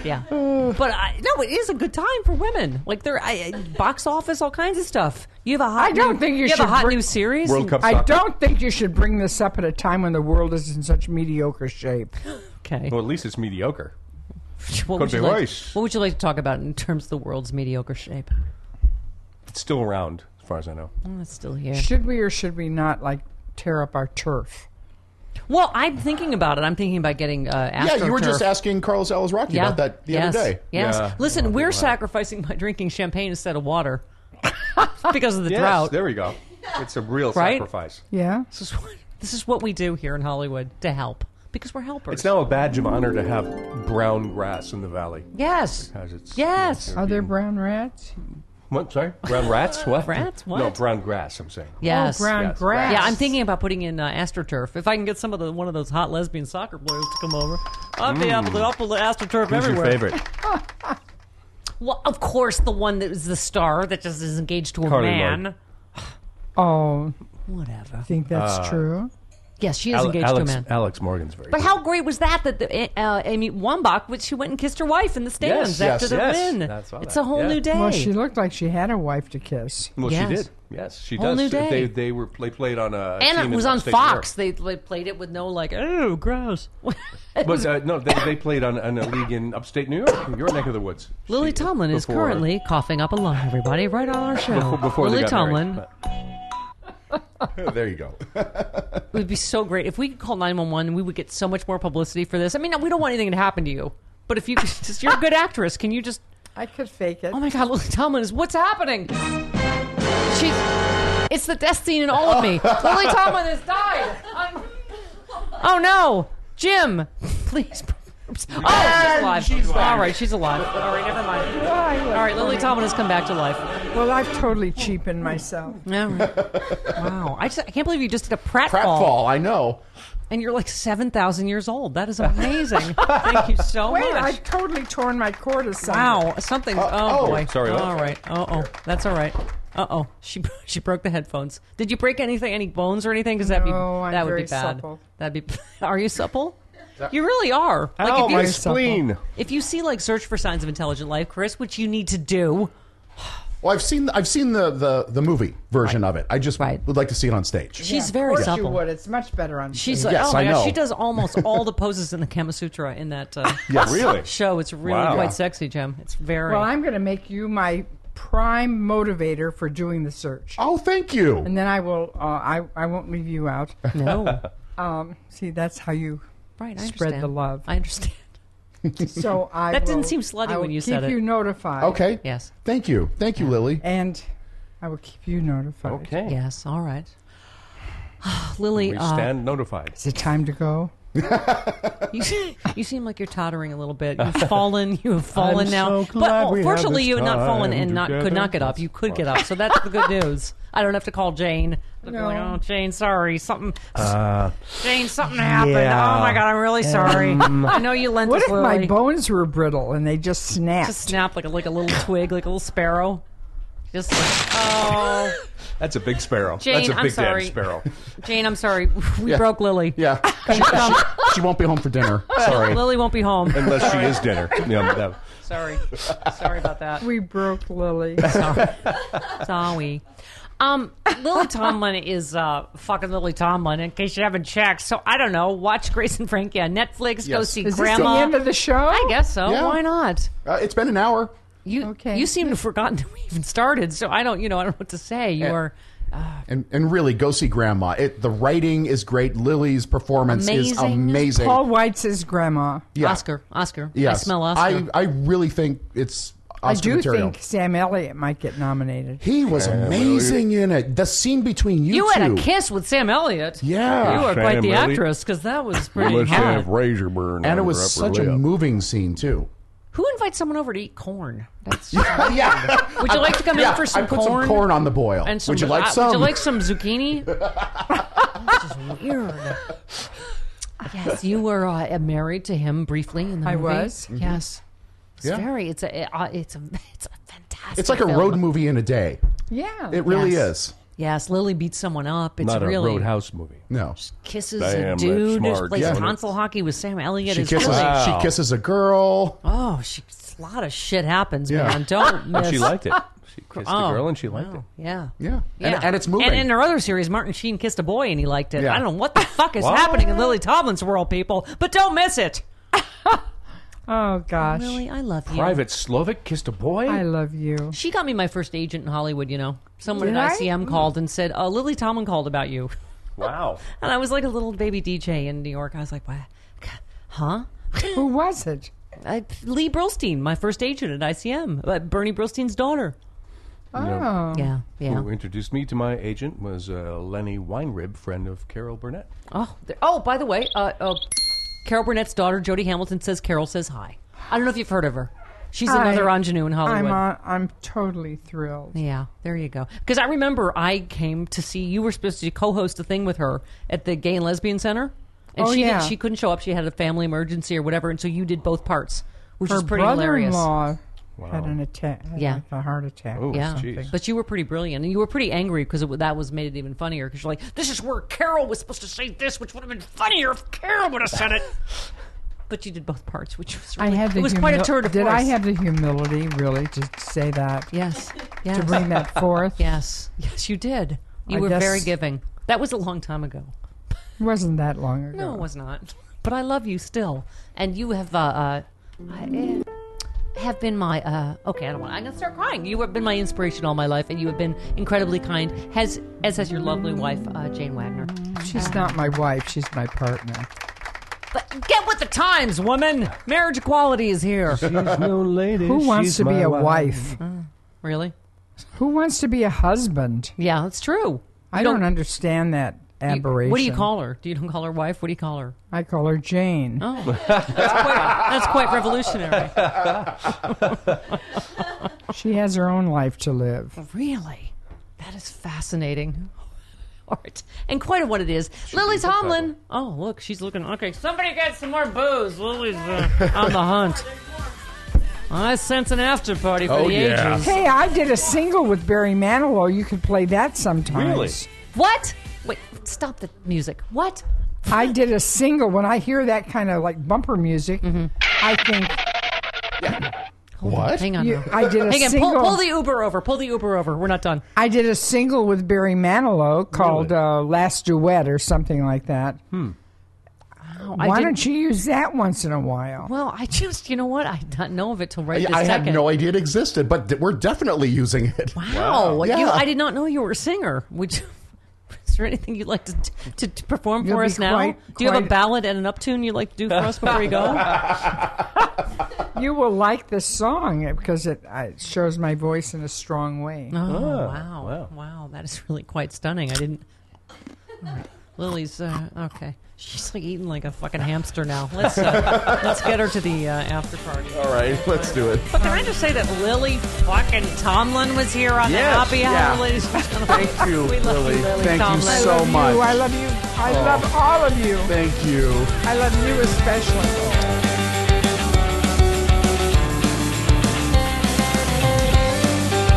A: Yeah, but I, no, it is a good time for women. Like they're I, I- box office, all kinds of stuff. You have a hot.
D: I don't
A: new-
D: think you
A: have a
D: should
A: hot
D: bring-
A: new series.
E: World Cup
D: I
E: soccer.
D: don't think you should bring this up at a time when the world is in such mediocre shape.
A: Okay.
E: Well, at least it's mediocre.
A: What
E: Could
A: would,
E: be
A: you like,
E: worse.
A: what would you like to talk about in terms of the world's mediocre shape?
E: It's still around, as far as I know.
A: Oh, it's still here.
D: Should we or should we not like tear up our turf?
A: Well, I'm thinking about it. I'm thinking about getting uh,
B: Yeah, you were
A: AstroTurf.
B: just asking Carlos Ellis
A: yeah.
B: about that the
A: yes.
B: other day.
A: Yes.
E: Yeah.
A: Listen, we're sacrificing by drinking champagne instead of water because of the
E: Yes,
A: drought.
E: there we go. It's a real
A: Right?
E: sacrifice.
D: Yeah.
A: This is, what, this is what we do here in Hollywood to help because we're helpers.
E: It's now a badge of honor to have brown grass in the valley.
A: yes.
E: As it's,
A: Yes.
D: Are there brown rats?
E: What? Sorry, brown rats. What?
A: Rats?
E: No,
A: What?
E: brown grass. I'm saying.
A: Yes.
D: Oh, brown
E: Yes,
D: grass.
A: Yeah, I'm thinking about putting in uh, AstroTurf. If I can get some of the one of those hot lesbian soccer players to come over, I'd be able to upload AstroTurf
E: Who's
A: everywhere.
E: your favorite?
A: Well, of course, the one that was the star that just is engaged to a
E: Carly
A: man.
E: Lloyd.
D: Oh,
A: Whatever.
D: think that's true.
A: Yes, she is
E: Ale-
A: engaged
E: Alex,
A: to a man.
E: Alex Morgan's very.
A: But how great was that that the, uh, Amy Wambach, which she went and kissed her wife in the stands
E: Yes,
A: after
E: yes,
A: the
E: yes.
A: win.
E: I saw
A: It's
E: that.
A: a whole
E: Yeah.
A: new day.
D: Well, she looked like she had a wife to kiss.
E: Well,
A: Yes.
E: she did. Yes, she
A: Whole
E: does.
A: new day.
E: They they were they played on a
A: and
E: team
A: it
E: in
A: was on
E: upstate New York.
A: Fox. They, they played it with no like, oh, gross.
E: But uh, no, they, they played on, on a league in upstate New York, in your neck of the woods.
A: Lily
E: She-
A: Tomlin is
E: before-
A: currently coughing up a lung. Everybody, right on our show.
E: before, Oh, before they
A: Lily
E: got
A: Tomlin.
E: married. Oh,
B: There you go.
A: It would be so great if we could call 911 we would get so much more publicity for this i mean we don't want anything to happen to you but if you could just you're a good actress can you just
D: I could fake it.
A: oh my god lily tomlin is what's happening she's it's the death scene in all of me lily tomlin has died I'm- oh no jim please Oops. Oh, she's alive. All right, she's alive. All right, never mind. All right, Lily Tomlin has come back to life.
D: Well, I've totally cheapened myself.
A: All right. wow, I, just, I can't believe you just did a pratfall,
B: Pratfall, I know.
A: and you're like seven thousand years old. That is amazing. Thank you so
D: Wait,
A: much.
D: I've totally torn my cord aside.
A: Wow, something. Oh,
B: oh,
A: boy.
E: sorry, what?
A: All right. Uh oh, that's all right. Uh oh, she she broke the headphones. Did you break anything, any bones or anything? Because that'd be
D: No, I'm
A: that would
D: very
A: be bad.
D: supple.
A: That'd be. Are you supple? You really are. Like
B: Oh,
E: Ow,
A: if you,
E: my spleen.
A: if you see like search for signs of intelligent life, Chris, which you need to do.
B: Well, I've seen I've seen the the, the movie version of it. I just
A: Right.
B: would like to see it on stage.
A: She's
D: Of
A: very
D: course
A: supple.
D: you would. It's much better on.
A: She's like,
B: Yes,
A: oh my
B: I
A: gosh,
B: know.
A: she does almost all the poses in the Kama Sutra in that uh,
E: Really?
A: show. It's really
E: Wow.
A: quite
E: Yeah.
A: sexy, Jim. It's very.
D: Well, I'm going to make you my prime motivator for doing the search,
B: Oh, thank you.
D: and then I will. Uh, I I won't leave you out.
A: no,
D: Um, see, that's how you.
A: right? I
D: Spread the
A: understand.
D: love.
A: I understand.
D: So I.
A: That didn't
D: will-
A: seem slutty
D: I
A: when
D: will
A: you said
D: keep
A: it.
D: you notified.
B: Okay.
A: Yes.
B: Thank you. Thank you, Lily.
D: And I will keep you notified.
E: Okay.
A: Yes. All right. Lily,
E: We
A: uh,
E: stand notified.
D: Is it time to go?
A: you, se- you seem like you're tottering a little bit. You've fallen. You have fallen
E: I'm
A: now.
E: so
A: but oh,
E: glad we have
A: fortunately,
E: this
A: you have not fallen
E: time
A: and not could
E: together.
A: not get up. You could get up, so that's the good news. I don't have to call Jane. I'd be like, oh, Jane, sorry, something. Jane, something happened.
E: Uh, yeah. Um,
A: Oh my God, I'm really sorry. I know you lent
D: What
A: us
D: if my
A: Lily.
D: bones were brittle and they just snapped?
A: just snap like a, like a little twig, like a little sparrow. Just like, oh,
E: That's a big sparrow.
A: Jane,
E: That's a
A: I'm
E: big
A: sorry.
E: damn sparrow.
A: Jane, I'm sorry. We broke Lily.
B: Yeah. She, she- she won't be home for dinner. Sorry.
A: Lily won't be home.
E: Unless she is dinner. Yeah, that-
A: Sorry. Sorry about that.
D: we broke Lily.
A: Sorry. Um, Lily Tomlin is uh, fucking Lily Tomlin, in case you haven't checked. So I don't know. Watch Grace and Frankie on Netflix. Go
B: Yes.
A: see
D: Is this
A: Grandma.
D: the end of the show?
A: I guess so.
B: Yeah.
A: Why not?
B: Uh, it's been an hour.
A: You
D: Okay.
A: you seem to have forgotten that we even started. So I don't. You know. I don't know what to say. You
B: Yeah.
A: are.
B: And, and really, go see Grandma. It, the writing is great. Lily's performance is
A: Amazing.
B: amazing.
D: Paul White's his grandma.
B: Yeah.
A: Oscar, Oscar.
B: Yes.
A: I smell Oscar.
B: I, I really think it's
D: I
B: Oscar
D: do
B: material.
D: think Sam Elliott might get nominated.
B: he was amazing in it. The scene between you,
A: you
B: two.
A: had a kiss with Sam Elliott.
B: Yeah.
A: You are quite the
E: Sam Elliott.
A: actress because that was pretty hot.
E: razor burn.
B: and it was such a moving scene too.
A: Who invites someone over to eat corn? That's
B: yeah.
A: Would you like to come in for some
B: I put some corn on the boil.
A: And some,
B: would you like
A: uh,
B: some?
A: Would you like some zucchini? this is weird. Yes, you were uh, married to him briefly. In the
D: I
A: movie.
D: was.
A: Yes, it's
B: Mm-hmm. Yeah.
A: very. It's a. Uh, it's a. It's a fantastic.
B: it's like a
A: film.
B: road movie in a day.
D: Yeah.
B: It really
A: Yes.
B: is.
A: Yes, Lily beats someone up. It's
E: Not a
A: really
E: roadhouse movie.
B: No.
A: kisses
E: Damn,
A: a
E: that's
A: dude.
E: smart.
A: Plays
E: Yeah.
A: tonsil hockey with Sam Elliott.
B: She
A: It's
B: kisses
A: really-
E: Wow.
B: she kisses a girl.
A: oh, she, a lot of shit happens,
B: Yeah.
A: man. Don't miss.
E: And she liked it. She kissed
A: Oh,
E: the girl and she liked it.
A: Yeah.
B: Yeah. And, and it's moving.
A: And in her other series, Martin Sheen kissed a boy and he liked it.
B: Yeah.
A: I don't know what the fuck is
E: What?
A: happening in Lily Tomlin's world, people, but don't miss it.
D: oh gosh.
A: Lily, I love you.
E: Private Slovak kissed a boy?
D: I love you.
A: She got me my first agent in Hollywood, you know. Someone
D: Did
A: at
D: I?
A: ICM called and said, uh, Lily Tomlin called about you.
E: wow.
A: And I was like a little baby DJ in New York. I was like, what? Huh?
D: Who was it?
A: I, Lee Brillstein, my first agent at ICM, uh, Bernie Brillstein's daughter.
E: You know,
A: Yeah, yeah.
E: Who introduced me to my agent was uh, Lenny Weinrib, friend of Carol Burnett.
A: Oh, there, oh! By the way, uh, uh, Carol Burnett's daughter, Jody Hamilton, says Carol says hi. I don't know if you've heard of her. She's another
D: I-
A: ingenue in Hollywood.
D: I'm on, I'm totally thrilled.
A: Yeah, there you go. Because I remember I came to see you were supposed to co-host a thing with her at the Gay and Lesbian Center, and
D: Oh,
A: she
D: yeah.
A: didn't, she couldn't show up. She had a family emergency or whatever, and so you did both parts, which
D: Her
A: is pretty hilarious.
D: brother-in-law had an attack. had,
A: Yeah.
D: like a heart attack.
E: Oh,
A: Yeah,
E: jeez.
A: but you were pretty brilliant, and you were pretty angry because that was made it even funnier. Because you're like, "This is where Carol was supposed to say this, which would have been funnier if Carol would have said it." but you did both parts, which was
D: I
A: really,
D: had the
A: it was quite a
D: humil-
A: tour de
D: Did I
A: force.
D: have the humility really to say that?
A: yes, yes,
D: To bring that forth?
A: yes, yes, you did. You
D: I
A: were very
D: guess-
A: giving. That was a long time ago.
D: It wasn't that long ago.
A: No, it was not. But I love you still, and you have uh, uh I, eh, have been my uh okay. I don't want. I'm gonna start crying. You have been my inspiration all my life, and you have been incredibly kind. Has as has your lovely wife, uh, Jane Wagner.
D: She's not my wife. She's my partner.
A: But get with the times, woman. Marriage equality is here.
D: Who wants to be a wife?
A: really?
D: Who wants to be a husband?
A: Yeah, it's true.
D: I don't understand that. aberration.
A: What do you call her? Do you don't call her wife? What do you call her?
D: I call her Jane.
A: Oh, that's quite, that's quite revolutionary.
D: She has her own life to live.
A: Really? That is fascinating. Art. And quite what it is. Lily's Homlin. Oh, look, she's looking. Okay, somebody get some more booze. Lily's uh, on the hunt. I sense an after party for
J: Oh,
A: the
J: yeah.
A: ages.
D: Hey, I did a single with Barry Manilow. You could play that sometimes.
J: Really?
A: What? Wait, stop the music. What?
D: I did a single. When I hear that kind of like bumper music,
A: Mm-hmm.
D: I think
B: What?
A: Hang on.
D: you,
A: now.
D: I did a
A: Hang on.
D: single.
A: Pull, pull the Uber over. Pull the Uber over. We're not done.
D: I did a single with Barry Manilow called uh, "Last Duet" or something like that.
A: I
D: Why
A: didn't-
D: don't you use that once in a while?
A: Well, I just, you know what? I didn't know of it till right
B: I,
A: this
B: I
A: second.
B: had no idea it existed, but th- we're definitely using it.
A: Wow.
B: Yeah.
A: You, I did not know you were a singer. Would you, is there anything you'd like to, to, to perform
D: You'll
A: for
D: be
A: us now?
D: quite-
A: do you have a
D: quite-
A: ballad and an uptune you'd like to do for us before we go? Oh,
D: You will like this song because it uh, shows my voice in a strong way.
A: Oh, wow. wow. That is really quite stunning. I didn't. All right. Lily's, uh, okay. She's like eating like a fucking hamster now. Let's uh, let's get her to the uh, after party.
B: All right, let's do it.
A: But can I just say that Lily fucking Tomlin was here on
K: Yes,
A: the Happy
K: yeah.
A: Hour, ladies and gentlemen?
K: Thank you,
A: We love
K: Lily.
A: you, Lily
B: Thank you
A: Tomlin.
D: I
B: so
D: love you.
B: much. Oh.
D: I love you. I love all of you.
B: Thank you.
D: I love you especially.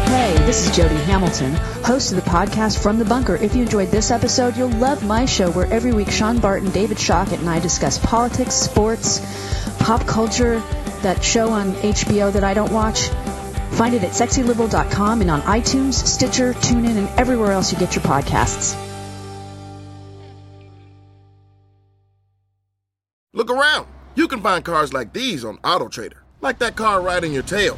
I: Hey, this is Jody Hamilton, host of the podcast From the Bunker. If you enjoyed this episode, you'll love my show where every week Sean Barton, David Shockett, and I discuss politics, sports, pop culture, that show on HBO that I don't watch. Find it at sexyliberal.com and on iTunes, Stitcher, TuneIn, and everywhere else you get your podcasts.
L: Look around. You can find cars like these on AutoTrader, like that car riding your tail.